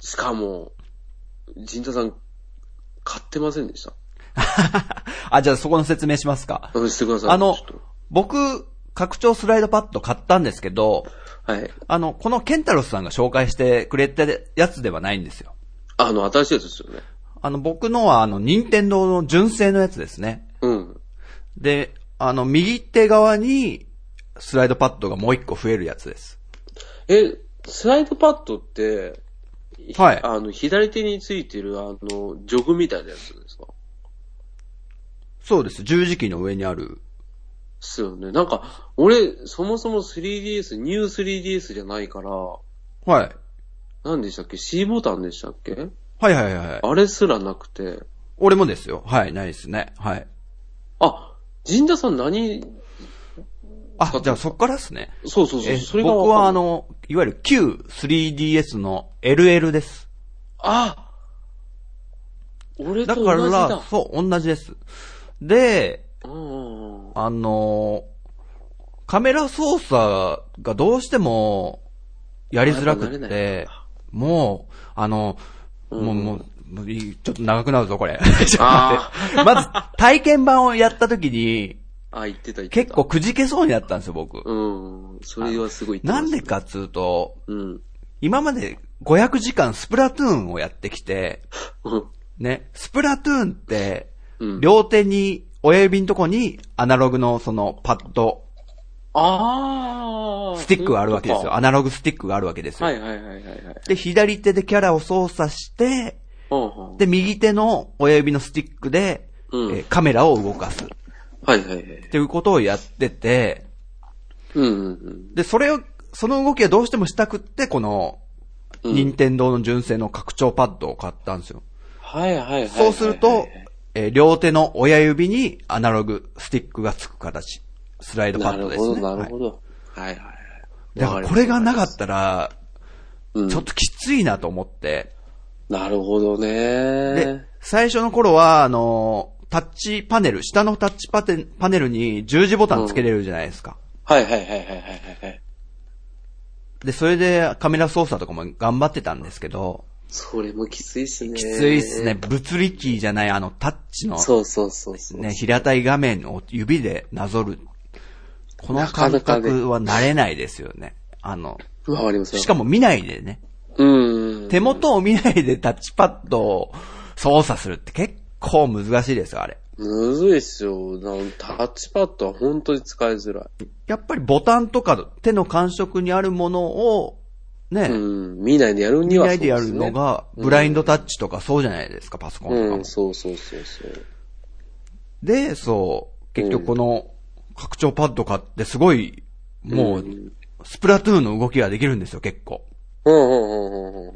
S1: う。しかも、陣田さん、買ってませんでした。
S2: あ、じゃあそこの説明しますか。
S1: うん、してください。
S2: あの
S1: ちょっと、
S2: 僕、拡張スライドパッド買ったんですけど、
S1: はい。
S2: あの、このケンタロスさんが紹介してくれたやつではないんですよ。
S1: あの、新しいやつですよね。
S2: あの、僕のは、あの、任天堂の純正のやつですね。
S1: うん。
S2: で、あの、右手側に、スライドパッドがもう一個増えるやつです。
S1: え、スライドパッドって、
S2: はい
S1: あの、左手についてる、あの、ジョグみたいなやつですか
S2: そうです。十字キーの上にある。
S1: ですよね。なんか、俺、そもそも 3DS、ニュー 3DS じゃないから、
S2: はい。
S1: 何でしたっけ ?C ボタンでしたっけ
S2: はいはいはいはい。
S1: あれすらなくて。
S2: 俺もですよ。はい、ないですね。はい。
S1: あ、神田さん何、
S2: あ、じゃあそっからですね。
S1: そうそうそう、
S2: え
S1: それが
S2: 僕はあ
S1: の、
S2: の、いわゆる旧 3DS の LL です。
S1: あ俺
S2: だ
S1: と
S2: か
S1: 同じだ。
S2: ら、そう、同じです。で、
S1: うんうん
S2: あの、カメラ操作がどうしてもやりづらく
S1: やっぱ慣
S2: っ
S1: れない
S2: て、もう、あの、もう、
S1: うん
S2: もう、もういいちょっと長くなるぞ、これ。
S1: あ
S2: まず、体験版をやった時に、
S1: あ、言ってた言ってた。
S2: 結構。くじけそうになったんですよ、僕。
S1: うん。それはすごい言って
S2: な
S1: ま
S2: ん
S1: す
S2: でかっつうと、
S1: うん。
S2: 今まで500時間スプラトゥーンをやってきて、
S1: うん。
S2: ね、スプラトゥーンって、
S1: うん。
S2: 両手に、親指のとこにアナログのそのパッド、
S1: ああ。
S2: スティックがあるわけですよ。
S1: は
S2: アナログスティックがあるわけですよ。
S1: いはいはいはいはい。
S2: で、左手でキャラを操作して、
S1: うんうん
S2: で、右手の親指のスティックで、
S1: うん
S2: えーカメラを動かす。っ
S1: はいはいはい。
S2: ていうことをやってて、
S1: うんうん
S2: で、それを、その動きがどうしてもしたくって、この、
S1: うん。
S2: 任天堂の純正の拡張パッドを買ったんですよ。
S1: はいはいはいはい。
S2: そうすると、えー両手の親指にアナログスティックがつく形。スライドパ
S1: な
S2: ッ
S1: る
S2: ドで
S1: ほ
S2: す
S1: どな
S2: ね。
S1: る
S2: は
S1: ほど。はいはいはい
S2: い、だからこれがなか
S1: っ
S2: ったら、
S1: た
S2: ちょっときついなと思って。
S1: なるほど
S2: で
S1: ね。、
S2: 最初の頃は、あのータッチパネル、下のタッチパテパネルに十字ボタンつけれるじゃないですか。
S1: はいはいはいはいはいはいはい。
S2: で、それでカメラ操作とかも頑張ってたんですけど、
S1: それもきついっすね。
S2: きついっすね。。物理キーじゃないあのタッチの
S1: そうそうそうそう。
S2: ね、平たい画面を指でなぞる。この
S1: なか
S2: 感
S1: なかね
S2: 覚は慣れないですよね。あの、
S1: わかります
S2: しか
S1: も、
S2: も見ないでね。
S1: うん。
S2: 手元を見ないでタッチパッドを操作するって結構難しいですよ、あれ。
S1: むずいっすよ。なんタッチパッドは本当に使いづらい。
S2: やっぱりボタンとか手の感触にあるものを、ね、
S1: うん。見ないでやるに
S2: 見
S1: は
S2: な
S1: そ
S2: いうで
S1: で
S2: や
S1: す
S2: る
S1: ね。
S2: のが、ブラインドタッチとかそうじゃないですか、パソコンとかも。
S1: うん、そうそうそうそう。
S2: で、そう、結局この拡張パッド買ってすごい、もう、スプラトゥーンの動きができるんですよ、結構。
S1: うんうんうんうんうんうん。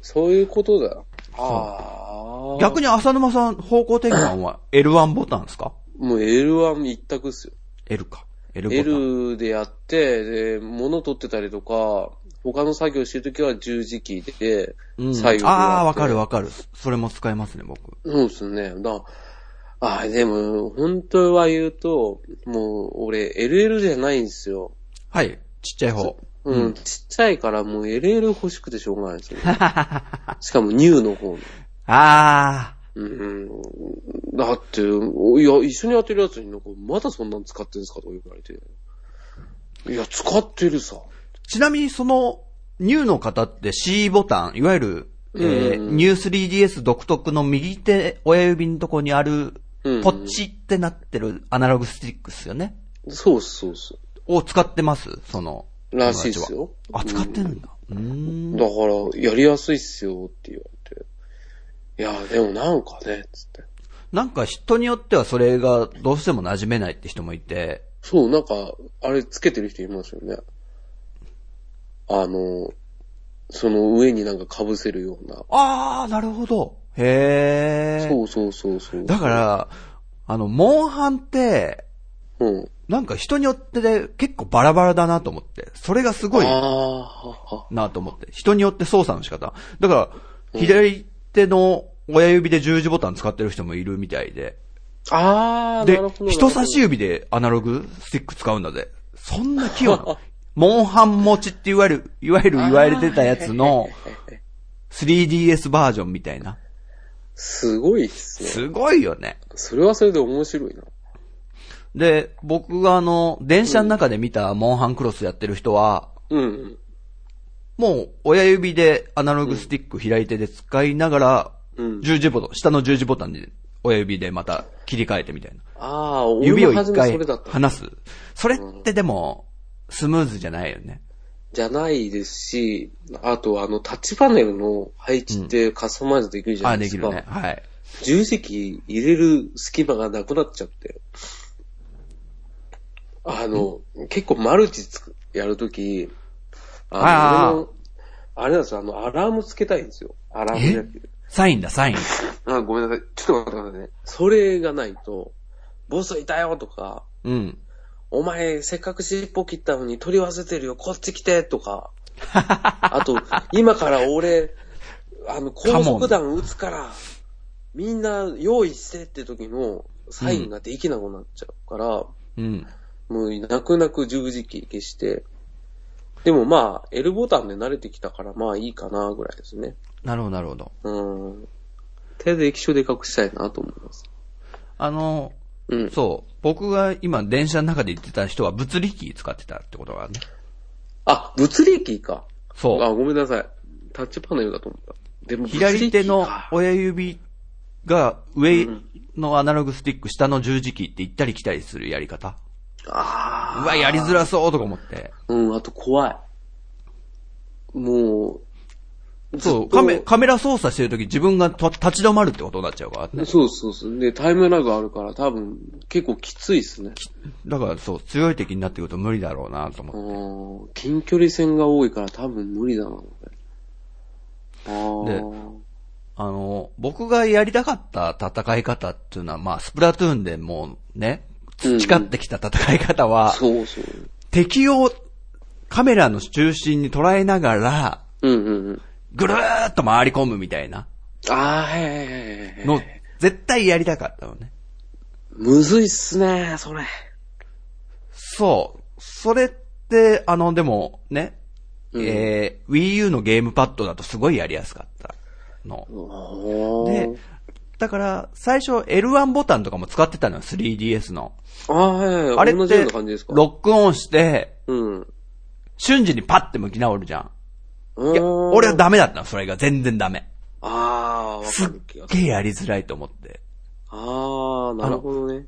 S1: そういうことだ。ああ。
S2: 逆に浅沼さん、方向転換は L1 ボタンですか
S1: もう L1 一択っすよ。
S2: ?L か。L ボタン。
S1: L でやって、で、物取ってたりとか、他の作業してるときは十字キーで、
S2: うん
S1: 左右に
S2: ああ、
S1: や
S2: わ
S1: って
S2: かるわかる。それも使えますね、僕。
S1: そうですね。だああ、でも、本当は言うと、もう、俺、LL じゃないんですよ。
S2: はい。ちっちゃい方。
S1: うん、ちっちゃいから、もう LL 欲しくてしょうがないんですよ。 しかも、ニューの方の。
S2: ああ、
S1: うん、だって、おいや、一緒にやってるやつになんか、まだそんなん使ってんですかとか言われて。いや、使ってるさ。
S2: ちなみにその、ニューの方って C ボタン、いわゆる、えー
S1: うん
S2: ニュー 3DS 独特の右手親指のとこにある
S1: うん、
S2: ポッチってなってるアナログスティックっすよね。
S1: そうそうそ
S2: を使ってますその。
S1: う。らしいっすよ。
S2: あ、使ってるんだ。うーん。
S1: だから、やりやすいっすよって言われて。いや、でもなんかね、つって。
S2: なんか人によってはそれがどうしても馴染めないって人もいて、
S1: そう、なんか、あれつけてる人いますよね。あの、その上になんか被せるような。
S2: あー、なるほど。へー。
S1: そうそうそうそう。
S2: だか、ら、あの、モンハンって、
S1: うん。
S2: なんか人によってで結構バラバラだなと思って、それがすごい
S1: ああ、
S2: なと思って、人によって操作の仕方。だから、左手の親指で十字ボタン使ってる人もいるみたいで、
S1: ああ、な
S2: で
S1: るほ、ど。
S2: 人差し
S1: 指。
S2: 指でアナログスティック使うんだぜ。そんな器用なのモンハン持ちっていわゆる、いわゆる言われてたやつの 3DS バージョンみたいな。
S1: すごいっすね。
S2: すごいよね。
S1: それはそれで面白いな。
S2: で、僕があの、電車の中で見たモンハンクロスやってる人は、
S1: うん。
S2: もう親指でアナログスティック左手で使いながら、
S1: うん。
S2: 十字ボタン、下の十字ボタンで親指でまた切り替えてみたいな。
S1: ああ、俺
S2: 指
S1: の
S2: を
S1: 初
S2: 一
S1: め
S2: 回
S1: それだった。
S2: 離す。それってでも、スムーズじゃないよね。
S1: じゃないですし、あとあの、タッチパネルの配置ってカスタマイズできるじゃ
S2: あ、
S1: ないで
S2: ですき
S1: か。
S2: るね。はい。
S1: 重積入れる隙間がなくなっちゃって。あの、結構マルチつくやるとき、
S2: あー
S1: あの、あれなんですよ、あの、アラームつけたいんですよ。アラームやってる。
S2: サインだ、サイン。
S1: あ、ごめんなさい。ちょっと待ってくださいね。それがないと、ボスいたよとか、
S2: うん。
S1: お前、せっかく尻尾切ったのに取り忘れてるよ、こっち来てと か。あと、今から俺、あの、高速弾撃つから、みんな用意してって時のサインができなくなっちゃうから、
S2: うん。
S1: もう泣く泣く十字キー消して、でもまあ、L ボタンで慣れてきたからまあいいかなぐらいですね。
S2: なるほど、なるほど。
S1: うん。手で液晶で隠したいなと思います。
S2: あの、
S1: うん。
S2: そう。僕が今電車の中で言ってた人は物理キー使ってたってことがね。
S1: あ、物理キーか。
S2: そう。
S1: あ、ごめんなさい。タッチパネルだと思った。でも、
S2: 左
S1: 物
S2: 手
S1: 理
S2: の
S1: キーか
S2: 親指が上のアナログスティック、下の十字キーって行ったり来たりするやり方。
S1: あ
S2: う
S1: あ。
S2: わ、やりづらそうとか思って。
S1: うん、あと怖い。もう、ずっ
S2: そ
S1: と
S2: う、カメ、カメラ操作してるとき自分がと立ち止まるってことになっちゃうからね。
S1: そうそうそう。で、タイムラグあるから多分結構きついですね。
S2: だからそう、強い敵になってくると無理だろうなと
S1: う
S2: 思っ
S1: ん近距離戦が多いから多分無理だな、これあ
S2: で
S1: ー
S2: て。あの、僕がやりたかった戦い方っていうのは、まあ、スプラトゥーンでもうね、培ってきた戦い方は、
S1: そうそう。
S2: 敵をカメラの中心に捉えながら、
S1: うんうんうん。
S2: ぐるーっと回り込むみたいな
S1: ああ、はいはいはいはいはい。
S2: の、絶対やりたかったのね。
S1: むずいっすね、それ。
S2: そう。それって、あの、でも、ね、えー、Wii U のゲームパッドだとすごいやりやすかったの。
S1: お
S2: で
S1: ー。、
S2: だから、最初 L1 ボタンとかも使ってたのよ、3DS の。
S1: ああ、はいはいはい。
S2: あれ
S1: 同
S2: っ
S1: じよう
S2: て、
S1: な感じですか
S2: ロックオンして、
S1: うん。
S2: 瞬時にパッて向き直るじゃん。
S1: い
S2: いや、俺は。ダメだったの、それが。全然ダメ。
S1: ああ、わかる気がする。
S2: ゲーやりづらいと思って。
S1: ああ、なるほどね。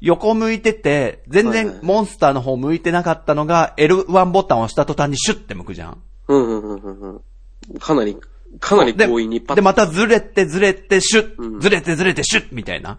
S2: 横向いてて、全
S1: はい
S2: 然
S1: はい
S2: モンスターの方向いてなかったのが、L1 ボタンを押した途端にシュッて向くじゃん。
S1: うんうんうんうんうん。かなり、かなり
S2: で、
S1: 強引にパッ
S2: で、またずれてずれてシュ
S1: うん
S2: ッ、ずれてずれてシュッみたいな。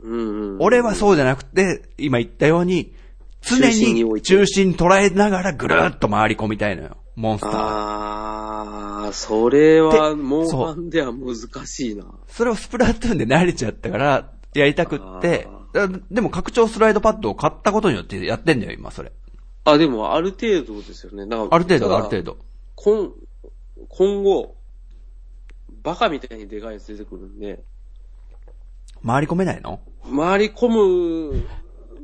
S1: うんうん。
S2: 俺はそうじゃなくて、今言ったように、常
S1: 中心に置い
S2: に
S1: てる
S2: 中心捉えながらぐるーっと回り込みたいのよ。モンスターを。
S1: ああ、それは、
S2: で
S1: モン
S2: そう
S1: ハンでは難しいな。
S2: それをスプラトゥーンで慣れちゃったから、やりたくって、だでも拡張スライドパッドを買ったことによってやってんだよ、今それ。
S1: あ、でも、ある程度ですよね。だから
S2: ある程度、ある程。
S1: ただ
S2: 度。
S1: 今、今後、バカみたいにでかいやつ出てくるんで、
S2: 回り込めないの
S1: 回り込む、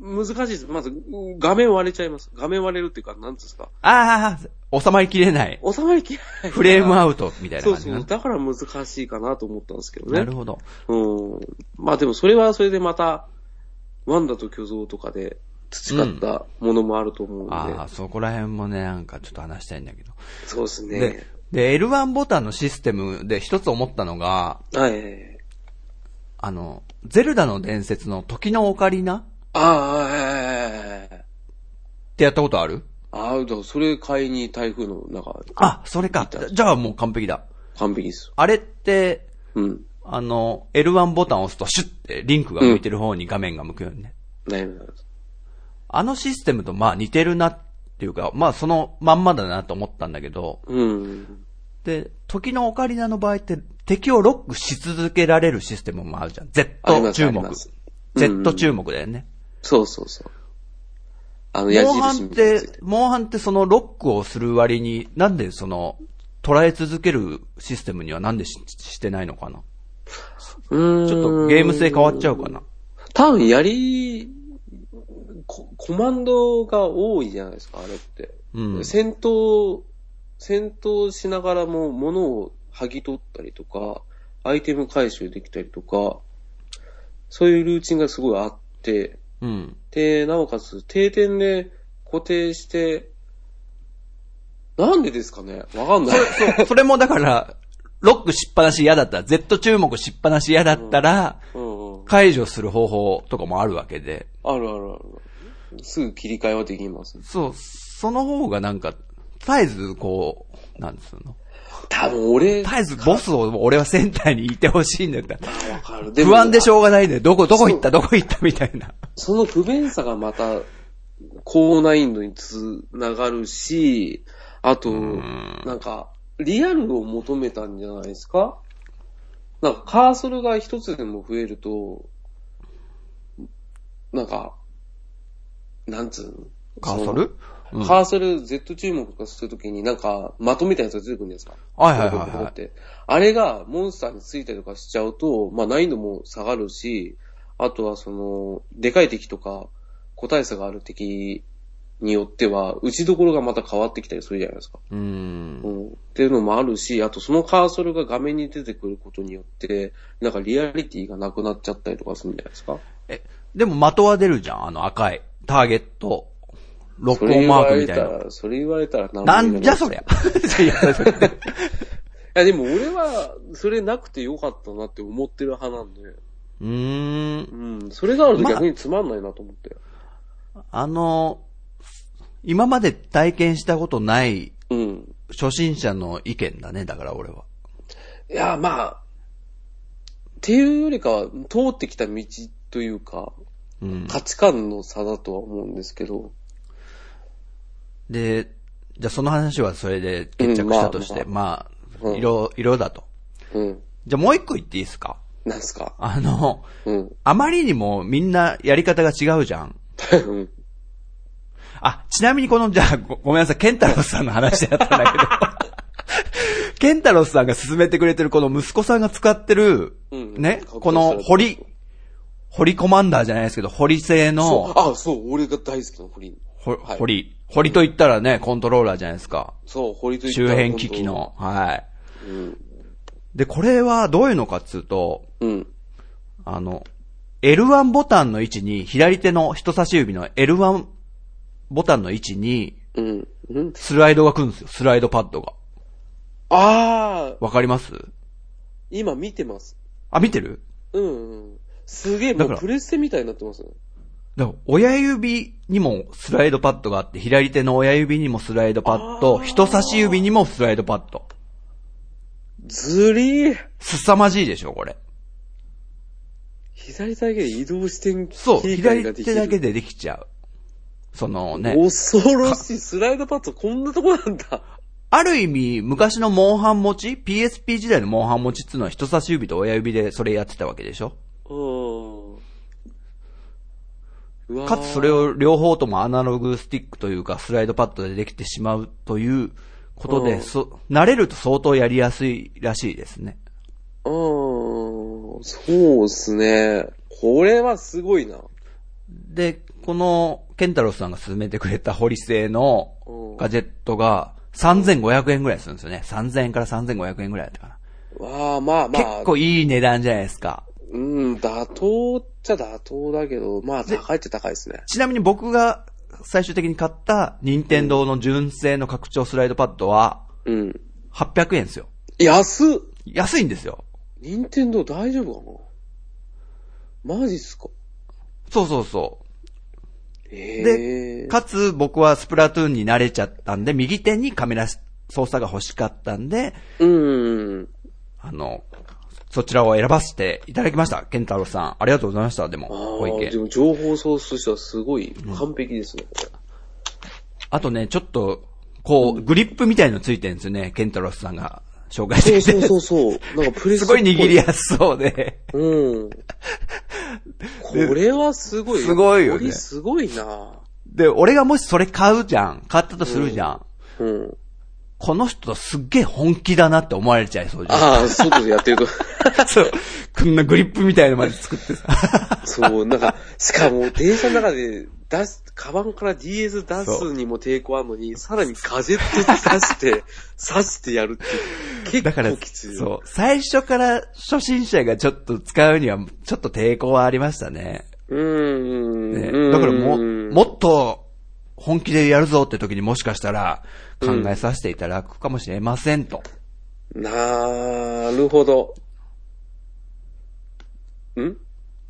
S1: 難しいです。まず、うん画面割れちゃいます。画面割れるっていうか、なんつうんですか。
S2: ああ、収まりきれない。
S1: 収まりきらない。
S2: フレームア
S1: ウ
S2: ウトみたいな
S1: そう
S2: 感じ
S1: そ
S2: な
S1: う。だから難しいかなと思ったんですけどね。
S2: なるほど。
S1: うん。まあでもそれはそれでまた、ワンダと巨像とかで培ったものもあると思うんで。
S2: ああ、そこら辺もね、なんかちょっと話したいんだけど。
S1: そうですね
S2: で。、で、L1 ボタンのシステムで一つ思ったのが、
S1: はい。
S2: あの、ゼルダの伝説の時のオカリナっ
S1: ああ、はい。
S2: てやったことある
S1: ああ、だからそれ買いに台風の中、
S2: あ、それか。じゃあもう完璧だ。
S1: 完璧ですよ。
S2: あれって、
S1: うん。
S2: あの、L1 ボタンを押すとシュッてリンクが向いてる方に画面が向くよね。
S1: 悩みます。
S2: あのシステムとまあ似てるなっていうか、まあそのまんまだなと思ったんだけど、
S1: うん。
S2: で、時のオカリナの場合って敵をロックし続けられるシステムもあるじゃん。
S1: あり
S2: Z
S1: ます
S2: 注
S1: あり
S2: 目
S1: ます。うん
S2: Z 注目だよね。
S1: そうそうそう。あの、矢
S2: モンハ
S1: 印
S2: ンっ
S1: みたいなやつ
S2: て、モンハンってそのロックをする割に、なんでその、捉え続けるシステムにはなんでししてないのかな
S1: うーん。
S2: ちょっとゲーム性変わっちゃうかな
S1: 多分やり、ココマンドが多いじゃないですか、あれって。
S2: うん
S1: 戦闘、戦闘しながらも物を剥ぎ取ったりとか、アイテム回収できたりとか、そういうルーチンがすごいあって、
S2: うん。
S1: で、なおかつ定点で固定して、なんでですかねわかんない。
S2: そうそれもだから、ロックしっぱなし嫌だったら、Z 注目しっぱなし嫌だったら、
S1: うんうん、
S2: 解除する方法とかもあるわけで。
S1: あるあるある。すぐ切り替えはできます。
S2: そう、その方がなんか、絶えずこう、なんつうの
S1: 多分俺、
S2: 絶えずボスを俺はセンターにいてほしいんだった
S1: わかる。
S2: 不安でし
S1: ょ
S2: ょうがないね。どこ、どこ行った、どこ行ったみたいな。
S1: その不便さがまた、高難易度につながるし、あと、
S2: うん
S1: なんか、リアルを求めたんじゃないですかなんか、カーソルが一つでも増えると、なんか、なんつうの
S2: カーソ
S1: そ
S2: ルう
S1: の
S2: ん
S1: カーソル Z 注目とかするときになんか、的みたいなやつがついてくるんですか
S2: はいはいはい
S1: ポコポコ
S2: は
S1: っ
S2: い。
S1: てあれがモンスターについたりとかしちゃうと、まあ難易度も下がるし、あとはその、でかい敵とか、個体差がある敵によっては、打ちどころがまた変わってきたりするじゃないですか。
S2: う。
S1: うんん。っていうのもあるし、あとそのカーソルが画面に出てくることによって、なんかリアリティがなくなっちゃったりとかするんじゃないですか。
S2: え、でも的は出るじゃん、あの赤い。ターゲット。ロックオンマークみたいな。
S1: ら、それ言われたら何も言え
S2: な
S1: ない
S2: んじ ゃそりゃ。いやそれ
S1: いやでも俺は、それなくてよかったなって思ってる派なんで、
S2: うーん
S1: う。ん。それがあると逆につまんないなと思って。
S2: あの、今まで体験したことない
S1: うん。
S2: 初心者の意見だね、だから俺は。
S1: いや、まあ、っていうよりかは、通ってきた道というか、
S2: うん。
S1: 価値観の差だとは思うんですけど、
S2: で、じゃあその話はそれで決着したとして、
S1: うん
S2: まあ、
S1: うん
S2: 色、色だと。
S1: うん。
S2: じゃあもう一個言っていいですか
S1: なんすか。
S2: あの、
S1: うん。
S2: あまりにもみんなやり方が違うじゃん。
S1: うん
S2: あ、ちなみにこの、じゃあごごめんなさい、ケンタロスさんの話だったんだ けど。ケンタロスさんが勧めてくれてるこの息子さんが使ってる、
S1: うん
S2: ね、
S1: 格闘さ
S2: こ
S1: れ
S2: の
S1: てる
S2: 堀、堀コマンダーじゃないですけど、堀製
S1: そう
S2: の、
S1: あ、そう、俺が大好きな堀。
S2: ほ
S1: はい
S2: 堀、堀と言ったらね、コントローラーじゃないですか。
S1: そう、堀といった
S2: 周
S1: ら
S2: 辺機器。の、はい。
S1: 本当うん。
S2: で、これはどういうのかっつうと、
S1: うん。
S2: あの、L1 ボタンの位置に、左手の人差し指の L1 ボタンの位置に、
S1: うん。うん。
S2: スライドが来るんですよ、スライドパッドが。
S1: あー、
S2: わかります
S1: 今見てます。
S2: あ、見てる
S1: うん、うん。すげえ、も
S2: だか
S1: う
S2: ら
S1: プレステみたいになってますね。
S2: でも、親指にもスライドパッドがあって、左手の親指にもスライドパッド、
S1: あー
S2: 人差し指にもスライドパッド。
S1: ずりー。
S2: 凄まじいでしょ、これ。
S1: 左手だけで移動してん
S2: そう、
S1: 切り替えがで
S2: 左
S1: き
S2: 手
S1: る
S2: だけでできちゃう。そのね、
S1: 恐ろしい。スライドパッドこんなとこなんだ。
S2: ある意味、昔のモンハン持ち ?PSP 時代のモンハン持ちっつうのは人差し指と親指でそれやってたわけでしょ
S1: うん。
S2: かつそれ
S1: を、
S2: を両方ともアナログスティックというかスライドパッドでできてしまうということ
S1: う
S2: で、
S1: ん
S2: そ、慣れると相当やりやすいらしいですね。
S1: うん、そうですね。これはすごいな。
S2: で、この、ケンタロスさんが勧めてくれた堀製の
S1: うん
S2: ガジェットが3500円ぐらいするんですよね。3000円から3500円ぐらいだったかな。
S1: わあ、まあまあ。
S2: 結構いい値段じゃないですか。
S1: うん、妥当っちゃ妥当だけど、まあ高いっちゃ高いですね。
S2: ちなみに僕が最終的に買った任天堂の純正の拡張スライドパッドは
S1: うん。
S2: 800円ですよ。
S1: 安っ
S2: 安いんですよ。
S1: 任天堂大丈夫かなマジっすか
S2: そうそうそう。
S1: ええ
S2: で、かつ僕はスプラトゥーンに慣れちゃったんで、右手にカメラ操作が欲しかったんで、
S1: うん。
S2: あの、そちらを選ばせていただきました。ケンタロウさん、ありがとうございました。でも、
S1: あ
S2: ご意
S1: あ、で
S2: 見。
S1: も情報ソースとしてはすごい完璧ですね、これ。
S2: あとね、ちょっと、こう、グリップみたいのついてるんですよね。ケンタロウさんが紹介してき
S1: そう
S2: て。
S1: そうそうそう。なんかプレステっ
S2: すご
S1: ぽ
S2: い握りやすそうで。
S1: うん。これはすごい。
S2: すごいよね
S1: これすごいな
S2: で、俺がもしそれ買うじゃん。買ったとするじゃん。
S1: うん。
S2: この人すっげえ本気だなって思われちゃいそうじゃ
S1: ああ、外でやってると。
S2: ん。そう。こんなグリップみたいのまで作ってさ。
S1: そう、なんか、しかも電車の中で出す、カバンから DS 出
S2: そ
S1: すにも抵抗あるのに、さらにガジェットで刺 して、刺してやる って、
S2: だ
S1: 結
S2: から
S1: 構きつい。、
S2: そう、最初から初心者がちょっと使うには、ちょっと抵抗はありましたね。
S1: うーん。
S2: ね
S1: うん
S2: だからも、もっと、本気でやるぞって時にもしかしたら、考えさせていただくかもしれませんと。
S1: なるほど。ん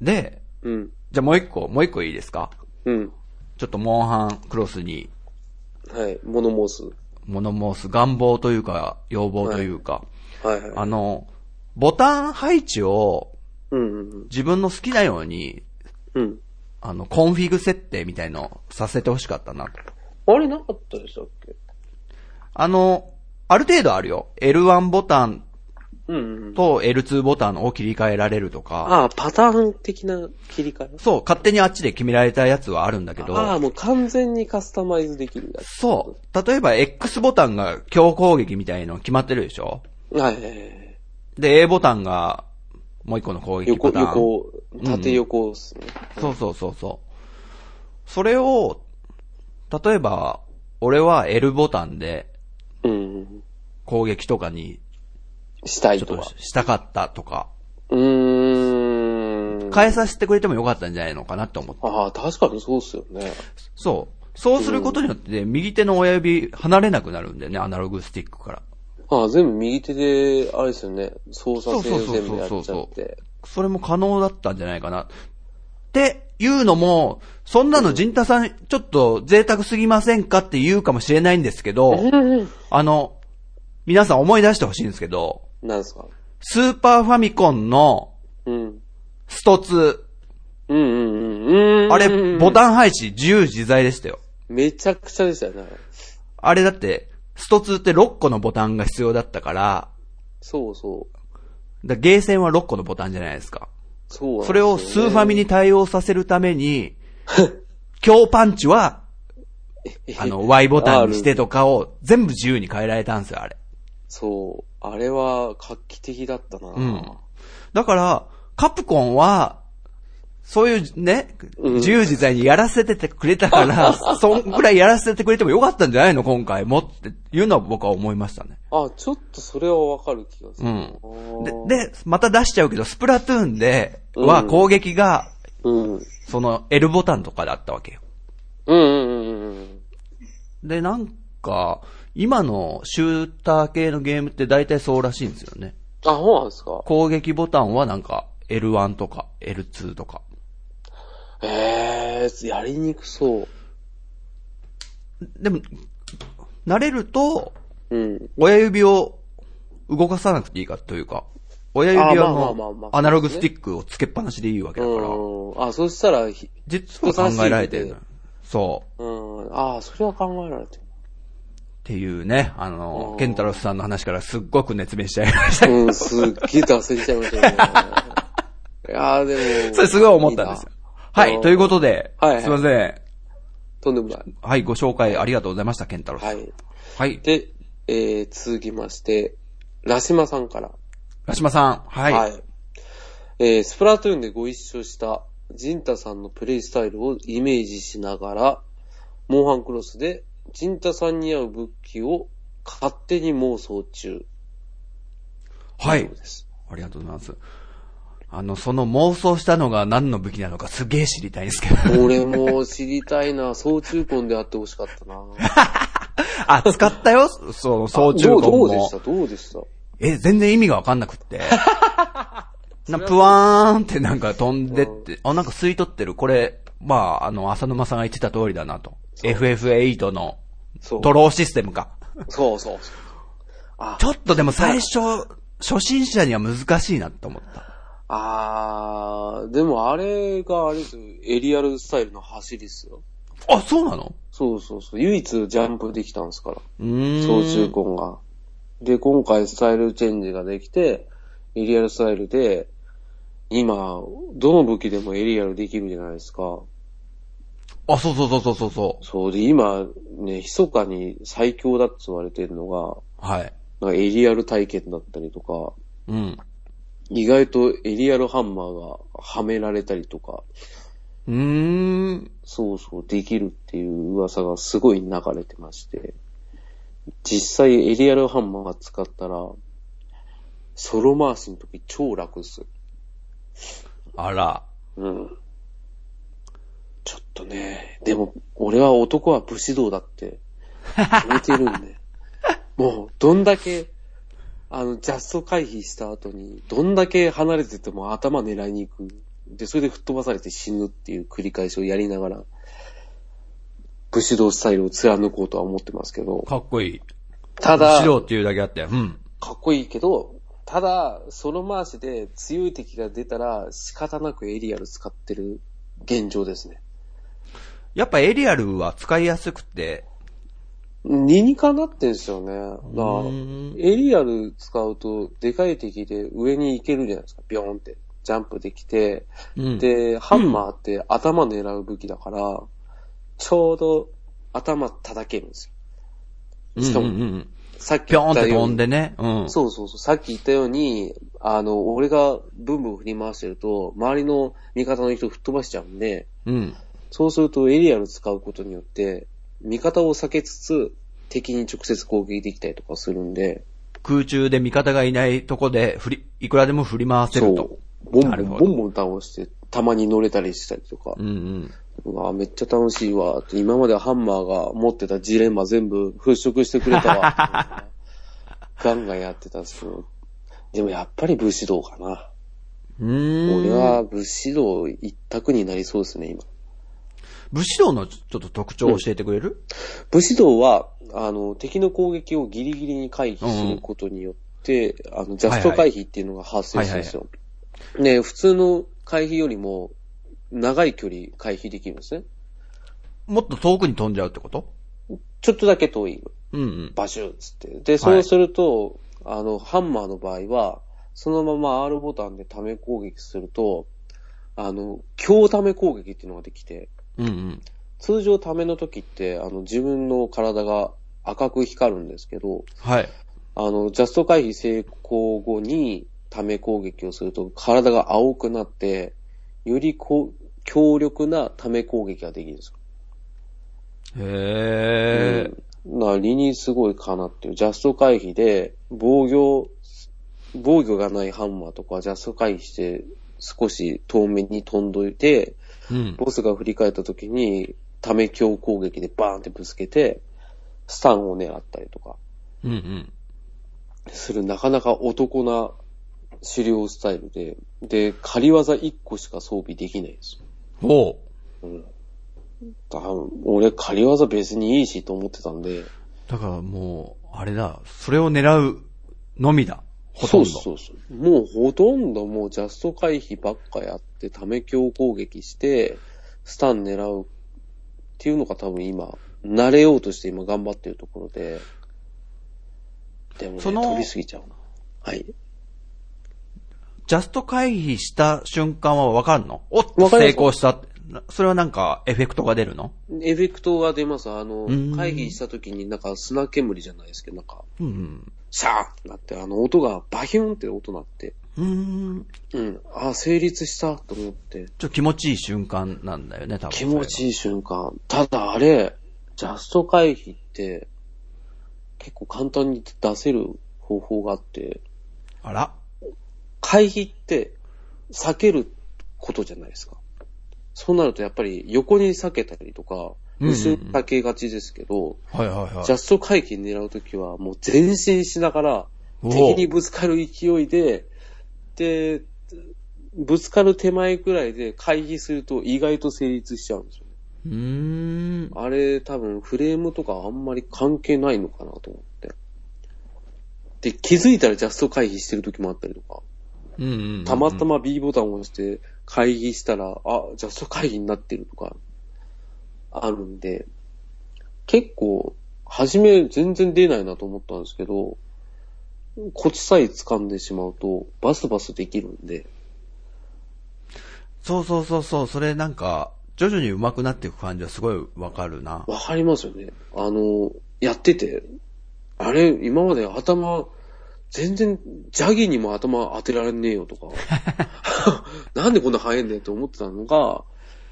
S2: で、
S1: うん。
S2: じゃあもう一個、もう一個いいですか
S1: うん。
S2: ちょっとモンハンクロスに
S1: はい。物申す。
S2: 物申す願望というか、要望というか、
S1: はいはい。
S2: あの、ボタン配置を
S1: うんうんうん。
S2: 自分の好きなように、
S1: うん。
S2: あの、コンフィグ設定みたいのをさせてほしかったなと。
S1: あれなかったでしたっけ
S2: あの、ある程度あるよ。L1 ボタン
S1: うんうん。
S2: と L2 ボタンを切り替えられるとか、
S1: ああ、パターン的な切り替え
S2: そう、勝手にあっちで決められたやつはあるんだけ
S1: あ
S2: ど、
S1: あ、もう完全にカスタマイズできるやつ。
S2: そう、例えば X ボタンが強攻撃みたいの決まってるでしょ
S1: はいはいはい。
S2: で、A ボタンがもう一個の攻撃
S1: 横、
S2: ボタン。
S1: 横
S2: ん、
S1: 縦横ですね。
S2: そうそうそうそう。それを、例えば、俺は L ボタンで
S1: うんうん。
S2: 攻撃とかに
S1: したい
S2: ちょっ
S1: と
S2: と
S1: か。
S2: したかったとか、
S1: うーん。
S2: 変えさせてくれてもよかったんじゃないのかなって思って。
S1: ああ、確かにそうっすよね。
S2: そう。そうすることによって、右手の親指離れなくなるんだよね、アナログスティックから。
S1: ああ、全部右手で、あれですよね。操作性
S2: そ
S1: を
S2: うそうそう
S1: 全部やっちゃ
S2: そ
S1: っ
S2: うそう
S1: て。
S2: それも可能だったんじゃないかな。っていうのも、そんなの陣太さん、ちょっと贅沢すぎませんかって言うかもしれないんですけど、あの、皆さん思い出してほしいんですけど、
S1: なんですか
S2: スーパーファミコンの
S1: うん。
S2: スト2、
S1: うんうんうんうん。
S2: あれ、ボ
S1: ン。
S2: タン配置自由自在でしたよ。
S1: めちゃくちゃでしたよね。
S2: あれだって、スト2って6個のボタンが必要だったから、
S1: そうそう。
S2: だゲーセンは6個のボタンじゃないですか。
S1: そうなんですよね
S2: それをスーファミに対応させるため に、強パンチは、あの、Y ボタンにしてとかを全部自由に変えられたんですよ、あれ。
S1: そう。あれは画期的だったな。
S2: うん。だから、カプコンは、そういうね、自由自在にやらせててくれ たから、そんくらいやらせてくれてもよかったんじゃないの今回もっていうのは僕は思いましたね。
S1: あ、ちょっとそれはわかる気がする。
S2: うん
S1: あー
S2: で、で、また出しちゃうけど、スプラトゥーンでは
S1: うん
S2: 攻撃が、
S1: うん。うん
S2: その L ボタンとかだったわけよ。
S1: うんうんうん。
S2: で、なんか、今のシューター系のゲームって大体そうらしいんですよね。
S1: あ、そうなんですか
S2: 攻撃ボタンはなんか L1 とか L2 とか。
S1: ええやりにくそ
S2: でも、慣れると、
S1: う。うん。
S2: 親指を動かさなくていいかというか、親指は
S1: あまあまあまあま
S2: の
S1: あ
S2: アナログスティックをつけっぱなしでいいわけだから、
S1: うん。あ、そしたらひ、
S2: 実は考えられてるのよ
S1: 人差し指で。
S2: そう。
S1: うん。ああ、それは考えられてる。
S2: っていうね、あの
S1: う、ん
S2: ケンタロスさんの話からすっごく熱弁しちゃいました。
S1: うん、すっげえ脱線しちゃいましたね。いやーでも。
S2: それすごい思ったんですよ。は
S1: う
S2: い、
S1: ん
S2: ということで、
S1: はいはい
S2: すいません。
S1: とんでもない。
S2: はい、ご紹介ありがとうございました、ケンタロスさ
S1: は
S2: ん。
S1: い。
S2: はい。
S1: で、えー、続きまして、ラシマさんから。
S2: ラシマさん。はい。
S1: はい。えー、スプラトゥーンでご一緒した、ジンタさんのプレイスタイルをイメージしながら、モンハンクロスで、ジンタさんに合う武器を勝手に妄想中。
S2: はい
S1: です。
S2: ありがとうございます。あの、その妄想したのが何の武器なのかすげえ知りたいんですけど。
S1: 俺も知りたい な、総中婚であってほしかったな。
S2: あ、使ったよその、総中
S1: どう
S2: 国
S1: どうでし
S2: も
S1: た。どうでした
S2: え、全然意味がわかんな くって。な、ぷわーんってなんか飛んでって、あ、なんか吸い取ってる。これ、まあ、あの、浅沼さんが言ってた通りだなと。FF8 の
S1: そう。
S2: ドローシステムか。
S1: そうそうそう。あ
S2: ちょっとでも最初、初心者には難しいなって思った。
S1: あー、でもあれがあれですよ。エリアルスタイルの走りですよ。
S2: あ、そうなの
S1: そうそうそう。唯一ジャンプできたんですから。
S2: うーん。
S1: 総中婚が。で、今回スタイルチェンジができて、エリアルスタイルで、今、どの武器でもエリアルできるじゃないですか。
S2: あ、そうそうそうそうそうそ
S1: そうで、今、ね、密かに最強だって言われてるのが、
S2: う。はい。
S1: なんかエリアル体験だったりとか、
S2: うん。
S1: 意外とエリアルハンマーがはめられたりとか、
S2: うーん。
S1: そうそう、できるっていう噂がすごい流れてまして、実際エリアルハンマー使ったら、ソロ回しの時超楽っすよ。
S2: あら。
S1: うん。ちょっとね、でも、俺は男は武士道だって、決めてるんで、もう、どんだけ、あの、ジャスト回避した後に、どんだけ離れてても頭狙いに行く。で、それで吹っ飛ばされて死ぬっていう繰り返しをやりながら、武士道スタイルを貫こうとは思ってますけど、
S2: かっこいい。
S1: ただ、
S2: 白っていうだけあって。うん。
S1: かっこいいけど、ただ、その回しで強い敵が出たら仕方なくエリアル使ってる現状ですね。
S2: やっぱエリアルは使いやすくて、
S1: 2にかなってんですよね。だか
S2: う
S1: ら
S2: ん
S1: エリアル使うと、でかい敵で上に行けるじゃないですか。ビョーンって。ジャンプできて。
S2: うん
S1: で、ハンマーって頭狙う武器だから、ちょうど頭叩けるんですよ。しか
S2: うんうん
S1: も、
S2: うん
S1: さっき
S2: ぴょ
S1: 言
S2: ん
S1: っ
S2: ったて
S1: よう
S2: 飛
S1: に
S2: ん、でね。うん。
S1: そうそうそう、さっき言ったように、あの、俺がブンブン振り回してると、周りの味方の人吹っ飛ばしちゃうんで、
S2: うん。
S1: そうするとエリアル使うことによって、味方を避けつつ、敵に直接攻撃できたりとかするんで、
S2: 空中で味方がいないとこで振り、いくらでも振り回せると。
S1: う。ボンボ
S2: なる
S1: ン、
S2: ほ
S1: ボ
S2: ど
S1: ンボン倒して、たまに乗れたりしたりとか
S2: う、んうん。
S1: うわめっちゃ楽しいわって、今までハンマーが持ってたジレンマ全部払拭してくれた わ。ガンガンやってたんですけど、でもやっぱり武士道かな。
S2: うーん。
S1: 俺は武士道一択になりそうですね、今。
S2: 武士道のちょっと特徴を教えてくれる、
S1: 武士道は、あの、敵の攻撃をギリギリに回避することによって、あの、ジャスト回避っていうのが発生するんですよ。で、普通の回避よりも、長い距離回避できるんですね。
S2: もっと遠くに飛んじゃうってこと
S1: ちょっとだけ遠い。
S2: うんうん。
S1: バシューっつって。で、そうすると、あの、ハンマーの場合は、そのまま R ボタンでため攻撃すると、あの、強ため攻撃っていうのができて、
S2: うんうん。
S1: 通常ための時って、あの、自分の体が赤く光るんですけど、
S2: はい。
S1: あの、ジャスト回避成功後に、ため攻撃をすると、体が青くなって、よりこう強力なため攻撃ができるんですよ。
S2: へー。
S1: うん、な理にすごいかなっていう。ジャスト回避で、防御、防御がないハンマーとか、ジャスト回避して、少し遠目に飛んどいて、
S2: うん。
S1: ボスが振り返った時に、ため強攻撃でバーンってぶつけて、スタンを狙ったりとか、
S2: うんうん。
S1: するなかなか男な狩猟スタイルで、で、仮技1個しか装備できないんですよ。
S2: おう。
S1: だ俺、仮技別にいいしと思ってたんで、
S2: だからもう、あれだ、それを狙うのみだ。ほとんど。
S1: そうそうそう。もうほとんどもうジャスト回避ばっかやって、ため強攻撃して、スタン狙うっていうのが多分今、慣れようとして今頑張ってるところで、でもね、
S2: その
S1: 飛びすぎちゃうな。はい。
S2: ジャスト回避した瞬間はわかるのおっと
S1: わかりま
S2: 成
S1: す
S2: 功したって。なそれはなんか、エフェクトが出るの
S1: エフェクトが出ます。あの
S2: ん、
S1: 会議した時になんか砂煙じゃないですけど、なんか、
S2: うん
S1: シャーってなって、あの音がバヒュンって音鳴って、
S2: うん。うーん。
S1: うん、ああ、成立したと思って、
S2: ちょっと気持ちいい瞬間なんだよね、多分。
S1: 気持ちいい瞬間。ただあれ、ジャスト回避って、結構簡単に出せる方法があって、
S2: あら。
S1: 回避って避けることじゃないですか。そうなるとやっぱり横に避けたりとか、
S2: うんうんうん
S1: 後ろに避けがちですけど、
S2: はいはいはい。
S1: ジャスト回避狙うときはもう前進しながら、
S2: おお
S1: 敵にぶつかる勢いで、で、ぶつかる手前くらいで回避すると意外と成立しちゃうんですよ。
S2: うーん。
S1: あれ多分フレームとかあんまり関係ないのかなと思って。で、気づいたらジャスト回避してる時もあったりとか、
S2: うんうんうん。
S1: たまたま B ボタンを押して会議したら、あ、ジャスト会議になってるとか、あるんで、結構、初め全然出ないなと思ったんですけど、コツさえ掴んでしまうと、バスバスできるんで、
S2: そうそうそうそう、それなんか、徐々に上手くなっていく感じはすごいわかるな。
S1: わかりますよね。あの、やってて、あれ、今まで頭、全然、ジャギにも頭当てられねえよとか、 なんでこんな早いんだよって思ってたのが、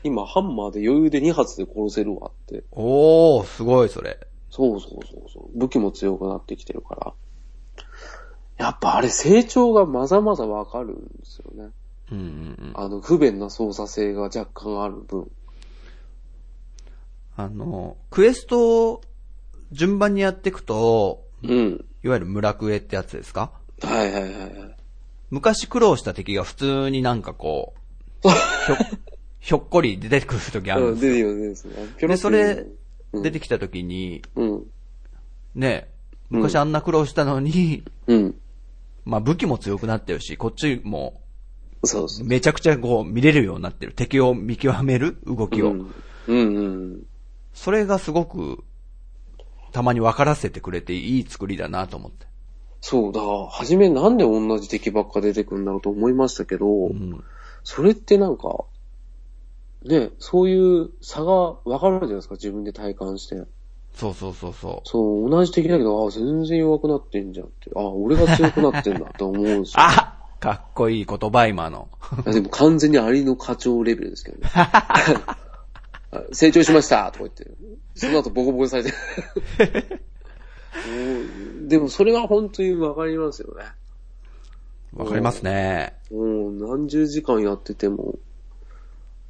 S1: 今、ハンマーで余裕で2発で殺せるわって。
S2: おー、すごいそれ。
S1: そうそうそうそう。武器も強くなってきてるから。やっぱあれ、成長がまざまざわかるんですよね。
S2: うんうんうん。
S1: あの、不便な操作性が若干ある分。
S2: あの、クエストを順番にやっていくと、
S1: うん。
S2: いわゆる村クエってやつですか
S1: はいはいはいはい。
S2: 昔苦労した敵が普通になんかこ う、ひょひょっこり出てくる時ある
S1: うんん、
S2: で
S1: 出てるんですね。
S2: す。で、それ、
S1: うん
S2: 出てきた時に、
S1: うん。
S2: ね、昔あんな苦労したのに、
S1: うん。
S2: まあ武器も強くなってるし、こっちも
S1: そうですね。
S2: めちゃくちゃこう見れるようになってる。敵を見極める動きを。
S1: うん。うんうん。
S2: それがすごくたまに分からせてくれていい作りだなと思って。
S1: そうだ、初めなんで同じ敵ばっか出てくるんだろうと思いましたけど、
S2: うん。
S1: それってなんか、ね、そういう差がわかるじゃないですか、自分で体感して。
S2: そうそうそうそう。
S1: そう、同じ敵だけど、あ全然弱くなってんじゃんって。あ俺が強くなってんだって思うんですよ。
S2: あかっこいい言葉今の。
S1: いやでも完全にアリの課長レベルですけどね。 あ成長しましたとか言って。その後ボコボコにされて。 もうでもそれは本当にわかりますよね。
S2: わかりますね。
S1: もう何十時間やってても、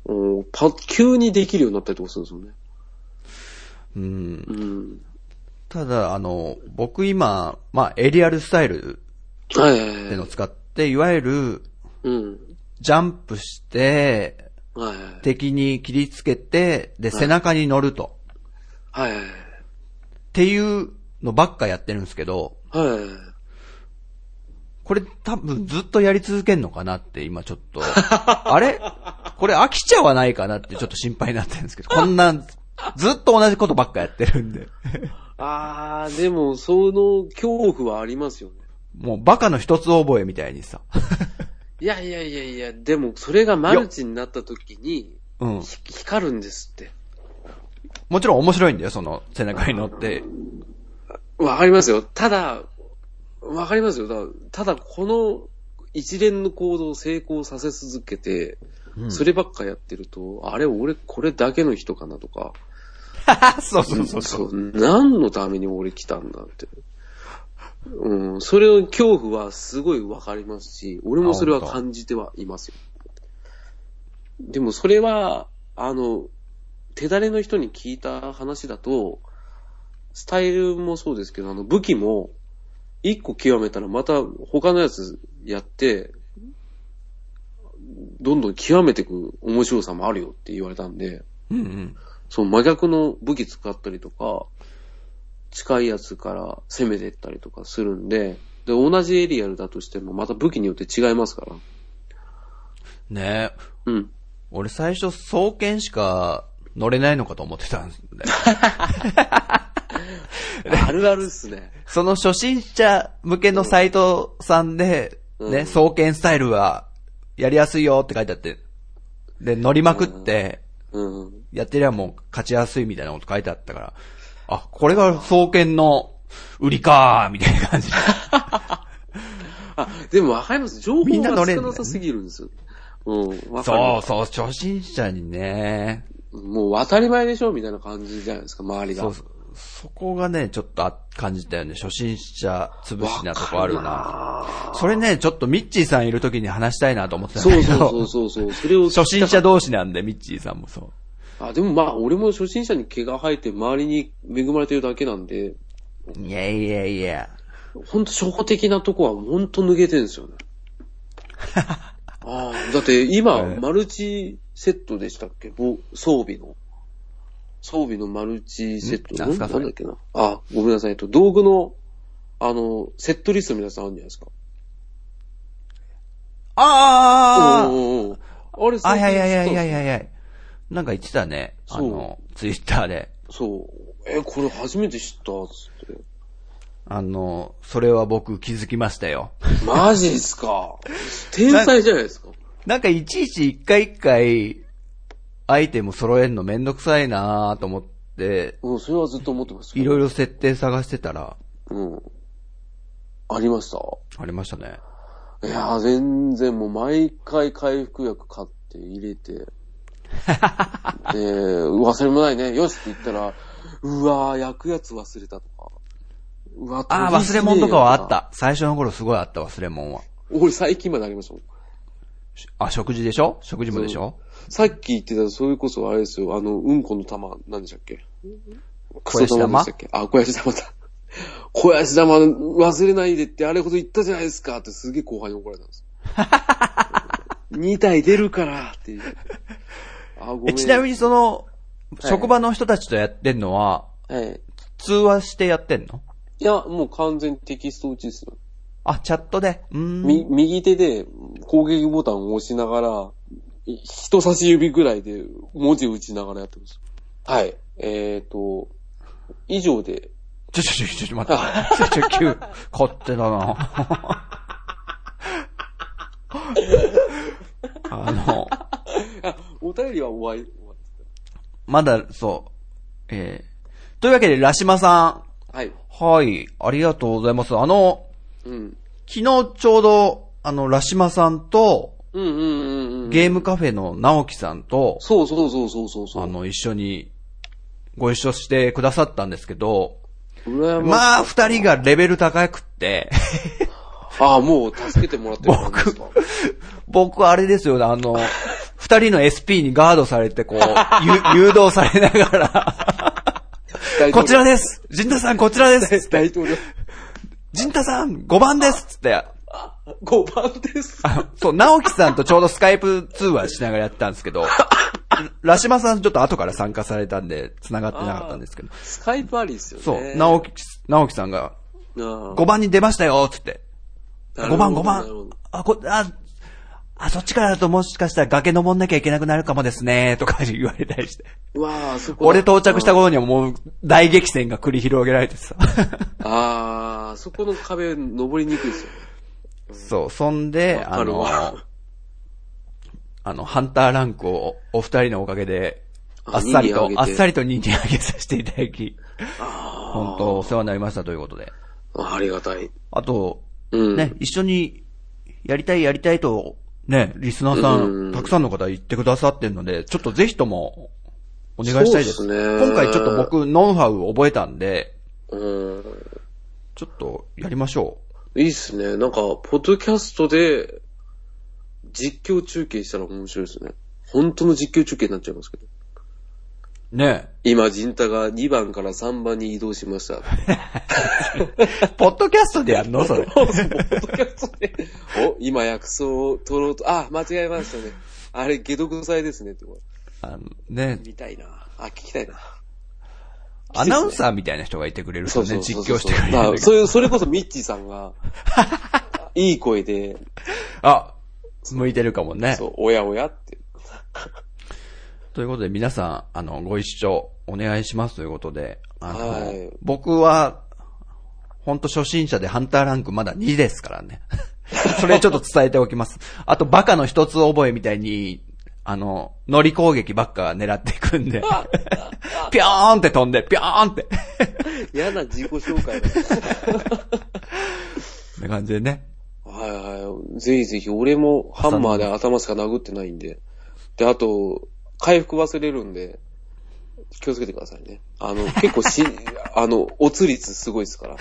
S1: うんパ急にできるようになったりとかするんですよね。
S2: うん。
S1: うん。
S2: ただ、あの、僕今、まあ、エリアルスタイル
S1: はい
S2: っ
S1: はい
S2: て
S1: はい。
S2: のを使って、いわゆる、
S1: うん。
S2: ジャンプして、
S1: はいはい。
S2: 敵に切りつけて、で、背中に乗ると。
S1: はいはい
S2: っていうのばっかやってるんですけど、
S1: はい。はいはいはい。
S2: これ多分ずっとやり続けんのかなって今ちょっ と、あれこれ飽きちゃわないかなってちょっと心配になってるんですけど、こんな、ずっと同じことばっかやってるんで。
S1: あー、でも、その恐怖はありますよね。
S2: もうバカの一つ覚えみたい にさ。
S1: いやいやいやいや、でも、それがマルチになった時に、
S2: うん。
S1: ひ光るんですって。
S2: もちろん面白いんだよ、その背中に乗って。
S1: わかりますよ。ただ、わかりますよ。だただ、この一連の行動を成功させ続けて、
S2: うん
S1: そればっかやってると、あれ、俺、これだけの人かなとか、
S2: そうそうそうそう。
S1: そう、何のために俺来たんだって。うん、それの恐怖はすごいわかりますし、俺もそれは感じてはいますよ。でもそれは、あの、手だれの人に聞いた話だと、スタイルもそうですけど、あの武器も、一個極めたらまた他のやつやって、どんどん極めていく面白さもあるよって言われたんで、
S2: うんうん。
S1: その真逆の武器使ったりとか、近いやつから攻めていったりとかするんで、で、同じエリアルだとしても、また武器によって違いますから。
S2: ねえ。
S1: うん。
S2: 俺最初、双剣しか乗れないのかと思ってたんだよ。
S1: あるあるっすね。
S2: その初心者向けのサイトさんで、
S1: うん
S2: ね、双剣スタイルはやりやすいよって書いてあって、で、乗りまくって、
S1: うん。
S2: やってりゃもう勝ちやすいみたいなこと書いてあったから、あ、これが双剣の売りかーみたいな感じで。
S1: あ、でもわかります。情
S2: みん
S1: 報
S2: な乗
S1: が
S2: れん
S1: 少
S2: だよ
S1: なさ
S2: ね
S1: すぎるんですよ。うん。わかり
S2: そ
S1: ま
S2: うそう、初心者にね、
S1: す。もう当たり前でしょみたいな感じじゃないですか、周りが。
S2: そう、そこがね、ちょっとあ感じたよね。初心者潰しなとこあるな。それね、ちょっとミッチーさんいる時に話したいなと思ってたん
S1: そ
S2: だけ
S1: う
S2: ど。
S1: そう そうそう。それを聞きたか
S2: 初
S1: った
S2: 心者同士なんで、ミッチーさんもそう。
S1: あ、でもまあ、俺も初心者に毛が生えて周りに恵まれてるだけなんで、
S2: いやいやいや。
S1: ほんと初歩的なとこはほんと抜けてるんです よね。ああ、だって今、
S2: ええ
S1: マルチセットでしたっけぼ装備の。装備のマルチセット
S2: んなんすか
S1: ん
S2: それ
S1: だっけな。あ、ごめんなさい。えっと、道具の、あの、セットリスト皆さんあるんじゃないですか。
S2: あ
S1: お
S2: ー
S1: うおうおうあれ、
S2: あいやいやいやいやい
S1: や。
S2: やいや。なんか言ってたね。あ
S1: そう
S2: の、ツイッターで。
S1: そう。え、これ初めて知ったっつって。
S2: あの、それは僕気づきましたよ。
S1: マジっすか。天才じゃないですか。
S2: なんかいちいち一回一回、アイテム揃えるのめんどくさいなーと思って、
S1: うん、それはずっと思ってました。
S2: いろいろ設定探してたら、
S1: うん。ありました。
S2: ありましたね。
S1: いやー、全然もう毎回回復薬買って入れ て。で、忘れもないね。よしって言ったら、うわー、焼くやつ忘れたとか。うわ、
S2: あー
S1: 取り
S2: 忘
S1: すぎ
S2: れ
S1: ねえ
S2: 物
S1: よ
S2: とかはあっ。た。最初の頃すごいあった、忘れ物は。
S1: 俺最近までありましたもん。
S2: しあ、食事でしょ食事もでしょ
S1: さっき言ってた、それこそあれですよ、あの、うんこの玉、何でしたっけク
S2: 小
S1: ソ
S2: 石
S1: 玉
S2: 玉
S1: でしたっけあ、小やし玉だ。小やし玉忘れないでってあれほど言ったじゃないですかってすげえ後輩に怒られたんです。2体出るからって いう。あ、ごめ
S2: え、
S1: ん。
S2: ちなみにその、
S1: はい
S2: 職場の人たちとやってんのは、
S1: はい。
S2: 通話してやってんの
S1: いや、もう完全にテキスト打ちですよ。
S2: あ、チャットで。うーん。
S1: み、右手で攻撃ボタンを押しながら、い人差し指ぐらいで文字打ちながらやってます。はい。えっ、と、以上で
S2: ちょちょちょちょ、待って。ちょちょ、急。勝手だな。あの、
S1: あ お便りは終わり、終わって
S2: まだ、そう。えー、というわけで、ラシマさ
S1: た。はい。
S2: ん。はい、ありがとうございます。あの、
S1: うん。
S2: 昨日ちょうど、あの、ラシマさんと、
S1: うんうんうんうん。
S2: ゲームカフェの直樹さんと、
S1: そうそうそうそうそうそう。
S2: あの、一緒にご一緒してくださったんですけど、
S1: 羨ましい。
S2: まあ、二人がレベル高くって、
S1: ああ、もう助けてもらってる感じですか。
S2: 僕あれですよね、あの、二人の SP にガードされ て、こう、ゆ誘導されながら、こちら
S1: ね
S2: です陣田さんこちらで す
S1: 大統領。
S2: 陣田さん !5 番ですつって、
S1: 5番です。
S2: あそう、直樹さんとちょうどスカイプ通話しながらやってたんですけど、ラシマさんちょっと後から参加されたんで、繋がってなかったんですけど、
S1: スカイプありですよね。
S2: そう、直樹、直樹さんが、
S1: 5
S2: 5番に出ましたよつって、5番、5。
S1: なるほ
S2: 番
S1: ど。
S2: あ、こ、あ、あ、そっちからだともしかしたら崖登んなきゃいけなくなるかもですね、とか言われたりして。
S1: うわあ、そこだ。
S2: 俺到着した頃にはもう大激戦が繰り広げられてさ。
S1: ああ、そこの壁登りにくいですよね。
S2: そう、そんで、
S1: わ
S2: あ
S1: かる
S2: の
S1: わ、
S2: あの、ハンターランクをお二人のおかげで、
S1: あ
S2: あっさり
S1: 二
S2: と
S1: に上げ、て
S2: あっさりと2に上げさせていた だき、本当お世話になりましたということで。
S1: あありがたい。
S2: あと、
S1: うん。
S2: ね、一緒にやりたいやりたいと、ね、リスナーさ
S1: うん
S2: ん、たくさんの方言ってくださってるので、ちょっとぜひとも、お願いしたいです。
S1: そうですね
S2: 今回ちょっと僕、ノウハウを覚えたんで、
S1: うん。
S2: ちょっとやりましょ
S1: いいっすね。なんか、ポッドキャストで、実況中継したら面白いですね。本当の実況中継になっちゃいますけど。
S2: う。ね。
S1: 今、ジンタが2番から3番に移動しま した。
S2: ポッドキャストでやる のそれ。
S1: ポッドキャストで、お、今薬草を取ろうと、あ、間違えましたね。あれ、解毒剤ですねって。
S2: あのね、
S1: 見たいな。あ、聞きたいな。
S2: アナウンサーみたいな人がいてくれるとね、実況してくれる
S1: ま
S2: ん
S1: あ、
S2: だけ
S1: そ
S2: ど。
S1: れ、それこそミッチーさん が、いい声で、
S2: あ、向いてるかもね。
S1: そう、おやおやって。
S2: ということで皆さん、あの、ご一緒お願いしますということで、あの、
S1: はい
S2: 僕は、ほんと初心者でハンターランクまだ2ですか らね。それちょっと伝えておきます。あと、バカの一つ覚えみたいに、あの、乗り攻撃ばっか狙っていくん で、ぴょーんって飛んで、ぴょーんって。
S1: 嫌な自己紹介だな。
S2: な感じでね。
S1: はいはい。ぜひぜひ、俺もハンマーで頭しか殴ってないんで。で、あと、回復忘れるんで、気をつけてくださいね。あの、結構死ん、あの、おつ率すごいですから。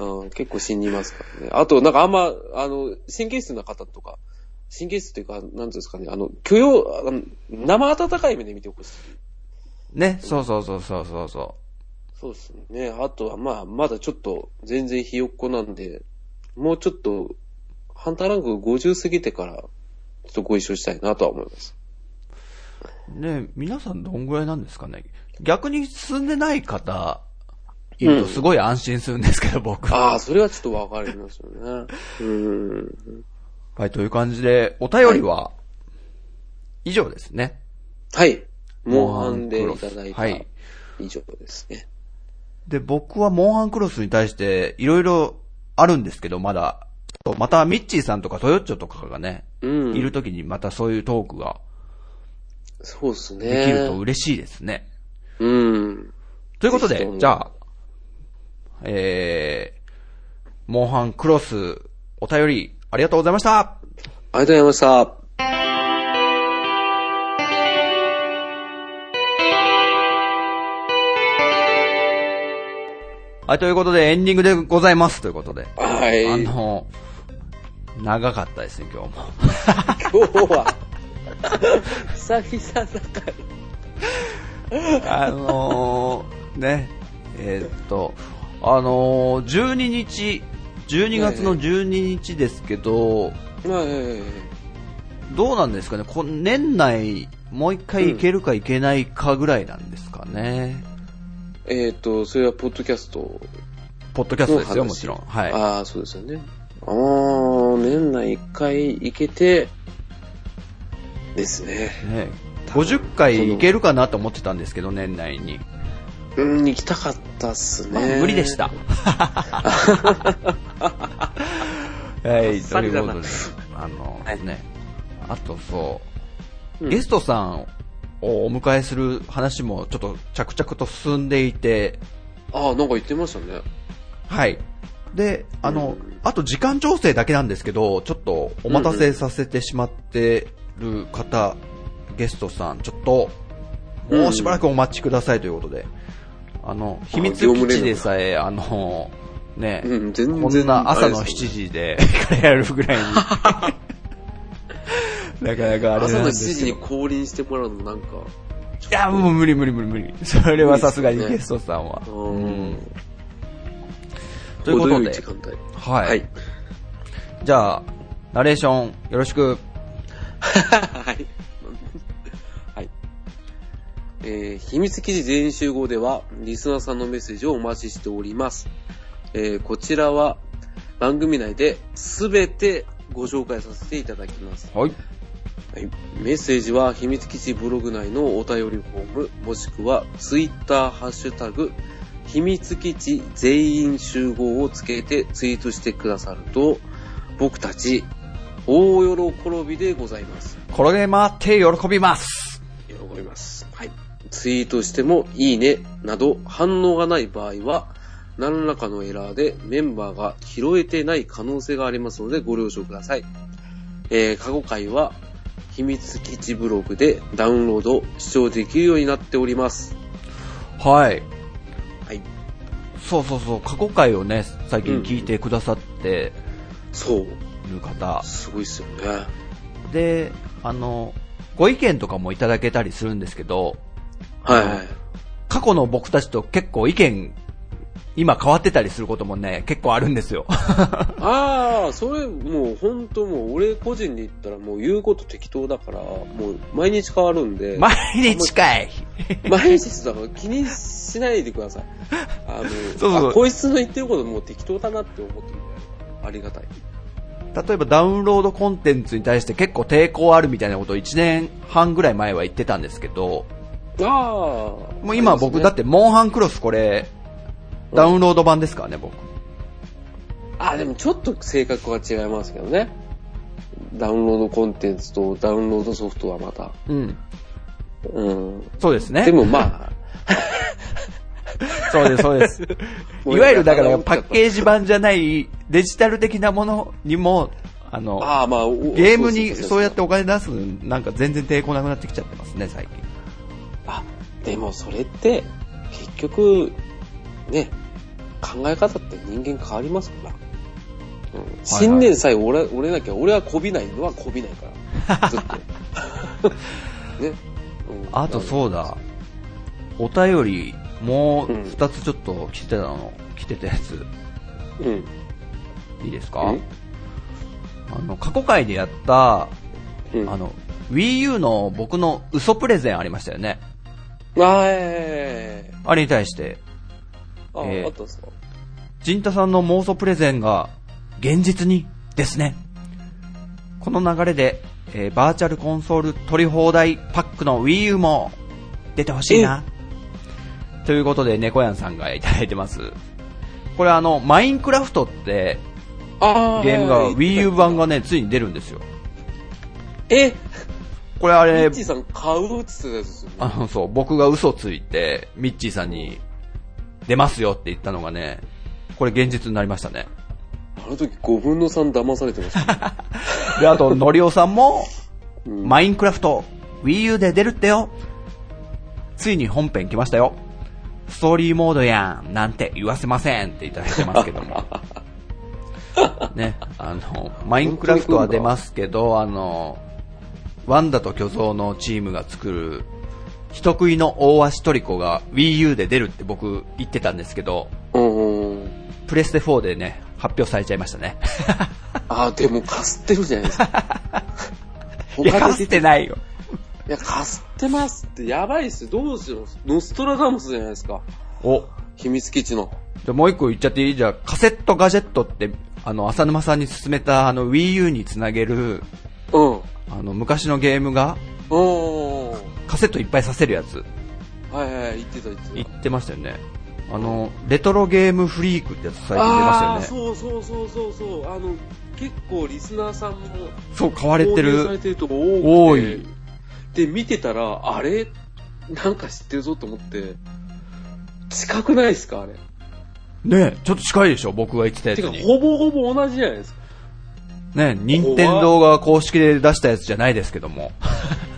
S1: うん、結構死にますからね。あと、なんかあんま、あの、神経質な方とか、神経質というか、なんていうんですかね、あの、許容、あの生温かい目で見てほしい。
S2: ね、そうそうそうそうそうそ
S1: そうですね。あとは、まあ、まだちょっと、全然ひよっこなんで、もうちょっと、ハンターランク50過ぎてから、ちょっとご一緒したいなとは思います。
S2: う。ね、皆さんどんぐらいなんですかね。逆に進んでない方、いるとすごい安心するんですけど、僕は。
S1: ああ、それはちょっとわかりますよね。うん。
S2: はい、という感じで、お便りは、以上ですね。
S1: はい。モン
S2: モン
S1: ハ
S2: ハ
S1: ン
S2: ン
S1: で
S2: ク
S1: い
S2: ロス
S1: ただいた
S2: はい
S1: 以上ですね。
S2: で、僕はモンハンクロスに対して、いろいろあるんですけど、まだ。とまた、ミッチーさんとかトヨッチョとかがね、
S1: うん
S2: いるときにまたそういうトークが
S1: そうですね。
S2: できると嬉しいですね。
S1: うん。
S2: ということ
S1: ぜひと
S2: で、
S1: も
S2: じゃあ、えー、モンハンクロス、お便り、ありがとうございました
S1: ありがとうございました。
S2: はい、ということで、エンディングでございます、ということで。
S1: はい。
S2: あ
S1: 今
S2: の、長かったですね、今日 も。
S1: 日 は、久々だから。
S2: あのー、ね、えーっと、あのー、12日、12月の12日ですけど、
S1: まあ、え
S2: どうなんですかね、こ年内、もう一回行けるか行けないかぐらいなんですかね。
S1: ええっと、それはポッドキャスト
S2: ポッドキャストですよ、
S1: そう話
S2: もちろん。はい。
S1: ああ、そうですよね。ああ、年内一回行けて、ですね。
S2: ね、50回行けるかなと思ってたんですけど、年内に。
S1: うん、行きたかったっす
S2: まあ
S1: ね。
S2: 無理で し。た。はい、と
S1: さ
S2: い
S1: り
S2: う
S1: だ
S2: こ
S1: な
S2: とで、あの、
S1: はい
S2: ね、あとそう、
S1: うん
S2: ゲストさんをお迎えする話もちょっと着々と進んでいて、
S1: ああ、なんか言ってましたね。
S2: はい。で、あの、
S1: うん
S2: あと時間調整だけなんですけど、ちょっとお待たせさせてしまってる方、ゲストさん、ちょっと、もうしばらくお待ちくださいということで、あの、秘密
S1: 業務
S2: 基
S1: 連絡
S2: 地でさえ、あの、ね、
S1: うん、全然。
S2: こんな朝の
S1: あれ
S2: 7
S1: ですね
S2: 時で、彼やるぐ らいに。なかなかあれなんです
S1: 朝の7
S2: け
S1: 時に
S2: ど
S1: 降臨してもらうのなんか、
S2: いや、もう無理無理無理無理。それはさすがにゲストさんは。
S1: う
S2: うん
S1: ん。
S2: というこ
S1: 程
S2: と
S1: よ
S2: で
S1: い時、間帯。
S2: は
S1: はいい。。
S2: じゃあ、ナレーションよろしく。
S1: はい。はい。えー秘密記事全員集合では、リスナーさんのメッセージをお待ちしております。えーこちらは、番組内で全てご紹介させていただきます。
S2: はい。
S1: はい、メッセージは、秘密基地ブログ内のお便りフォーム、もしくは、ツイッターハッシュタグ、秘密基地全員集合をつけてツイートしてくださると、僕たち、大喜びでございます。
S2: 転げ回って喜びます。
S1: 喜びます。はい。ツイートしても、いいね、など反応がない場合は、何らかのエラーでメンバーが拾えてない可能性がありますのでご了承ください。えー過去回は、秘密基地ブログでダウンロード、視聴できるようになっております。
S2: はい。
S1: はい。
S2: そうそうそう、過去回をね、最近聞いてくださって
S1: そう。
S2: る方。
S1: すごいっすよね。
S2: で、あの、ご意見とかもいただけたりするんですけど、
S1: はいはい。
S2: 過去の僕たちと結構意見、今変わってたりすることもね、結構あるんですよ。
S1: ああ、それもう本当もう俺個人で言ったらもう言うこと適当だから、もう毎日変わるんで。
S2: 毎日かい。
S1: 毎日だから気にしないでく ださい。あの、
S2: そうそう
S1: あこいつの言ってることもう適当だなって思ってるんであればありがたい。
S2: 例えばダウンロードコンテンツに対して結構抵抗あるみたいなことを1年半ぐらい前は言ってたんですけど、
S1: ああ。。
S2: もう今僕だっててモンハンクロスこれ、
S1: うん
S2: ダウンロード版ですからね、僕。
S1: あ、でもちょっと性格は違いますけどね。ダウンロードコンテンツとダウンロードソフトはまた。
S2: うん。
S1: うん。
S2: そうですね。
S1: でも まあ、
S2: そうです、そうです。
S1: もう
S2: いわゆるだから
S1: なん
S2: パ
S1: か
S2: ッケージ版じゃないデジタル的なものにも、あの、
S1: ああまあ、お
S2: ゲームにそうやっ。
S1: そ
S2: てお金出すのなんか全然抵抗なくなってきちゃってますね、最近。
S1: うあ、でもそれって、結局、ね、考え方って人間変わりますから。うん信念さえ折れ折れなきゃ、俺はこびないのはこびないから。ずっと。 ね。うん
S2: あとそうだ、お便り、もう二つちょっと来てたの、来てたやつ、
S1: うん。
S2: いいですか
S1: うん
S2: あの、過去回でやった、あ
S1: うん。あ
S2: の、Wii U の僕の嘘プレゼンありましたよね。
S1: ー
S2: あれに対して、
S1: あ、
S2: えー
S1: あったんですか
S2: ジンタさんの妄想プレゼンが現実にですね。この流れで、えーバーチャルコンソール取り放題パックの Wii U も出てほしいな。ということで、猫やんさんがいただいてます。これあの、マインクラフトって
S1: あ
S2: ゲームが Wii U 版がね、ついに出るんですよ。
S1: え
S2: これあ
S1: ミ
S2: れ
S1: ッチ、ーさん買うっつってたやつですよね。
S2: あの、そう、僕が嘘ついて、ミッチーさんに出ますよって言ったのがね、これ現実になりましたね。
S1: あの時5分の3騙されてま したね。
S2: で、あと、のりおさんも、
S1: うん
S2: マインクラフト、Wii U で出るってよ。ついに本編来ましたよ。ストーリーモードやん、なんて言わせませんっていただいてますけど も。ね、あの、マインクラフトは出ますけど、あの、ワンダと巨像のチームが作る、人食いの大足トリコが Wii U で出るって僕言ってたんですけど、
S1: うんうん。
S2: プレステ4でね、発表されちゃいましたね。
S1: あー、でもかすってるじゃないですか。
S2: いや、か
S1: 出
S2: つてないよ。
S1: いや、かすってますってやばいっすよ。どうしよう。ノストラダムスじゃないですか。
S2: お、
S1: 秘密基地の。
S2: じゃあもう一個言っちゃっていいじゃあ、カセットガジェットって、あの、浅沼さんに勧めた、あの、Wii U につなげる、
S1: うん。
S2: あの、昔のゲームが、
S1: おー。
S2: カセットいっぱいさせるやつ。
S1: はいはい、言ってた言ってた。
S2: 言ってましたよね。あの、レトロゲームフリークってやつ最近出
S1: あ
S2: ま
S1: あ
S2: したよ
S1: そ
S2: ね。
S1: うそうそうそうそう。あの、結構リスナーさんも、
S2: そう、買われて
S1: 購入され
S2: る。
S1: てるとこ多くて。
S2: 多い。
S1: で、見てたら、あれなんか知ってるぞと思って、近くないですかあれ。
S2: ねちょっと近いでしょ、僕が言ってたや
S1: て
S2: つ
S1: か、
S2: に。
S1: ほぼほぼ同じじゃないですか。
S2: ね任天堂が公式で出したやつじゃないですけども。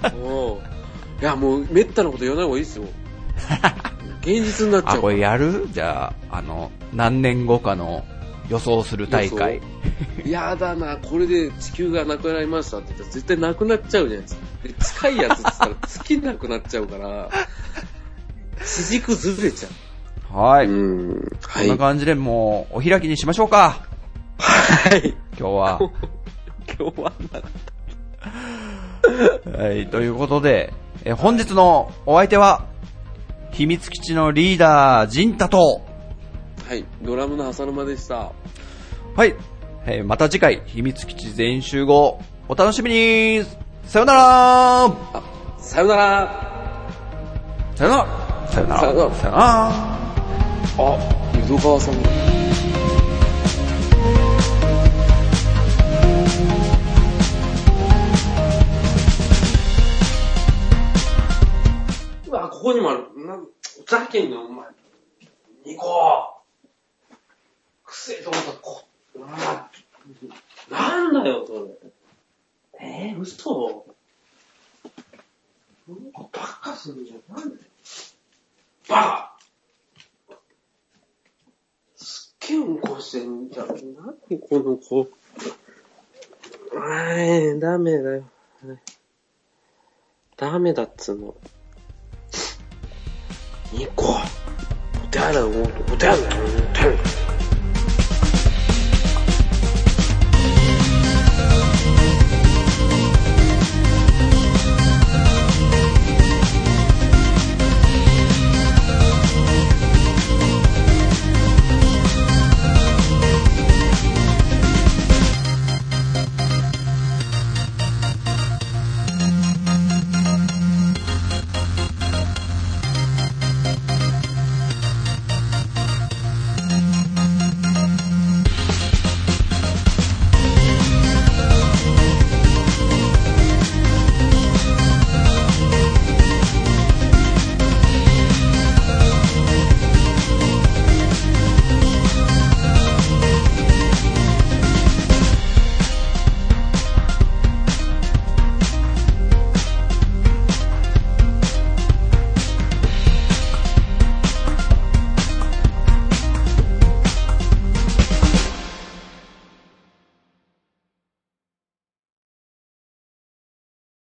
S1: うん。いや、もう、めったなこと言わない方がいい ですよ。現実になっちゃ
S2: あ、
S1: う
S2: こ
S1: から。
S2: れやるじゃあ、あの、何年後かの予想する大会。
S1: やだな、これで地球がなくなりましたって言ったら絶対なくなっちゃうじゃないですか。で近いやつって言ったら尽きなくなっちゃうから、地軸ずれちゃ
S2: は
S1: う。
S2: い。こ
S1: ん。は
S2: んな感じでもう、お開きにしましょうか。
S1: はい。
S2: 今日は。
S1: 今日はな、
S2: はい、ということで、えー本日のお相手は、秘密基地のリーダー、ジンタと、
S1: はい。ドラムの浅沼でした。
S2: はい、えーまた次回、秘密基地全集合、お楽しみにさよなら
S1: あ、さよなら
S2: さよならさよなら
S1: さよなら
S2: さよなら
S1: あ、湯戸川さんが。うわ、ここにもある。なんふざけんな、お前。ニコくせえと思った、こ、お前。なんだよ、それ。えー、嘘なんかバカするじゃん。なんでバカすっげえうんこしてんじゃん。なにこの子。あえ、ダメだよ。ダメだっつうの。ニコ。お手洗い、お手洗い、お手洗い。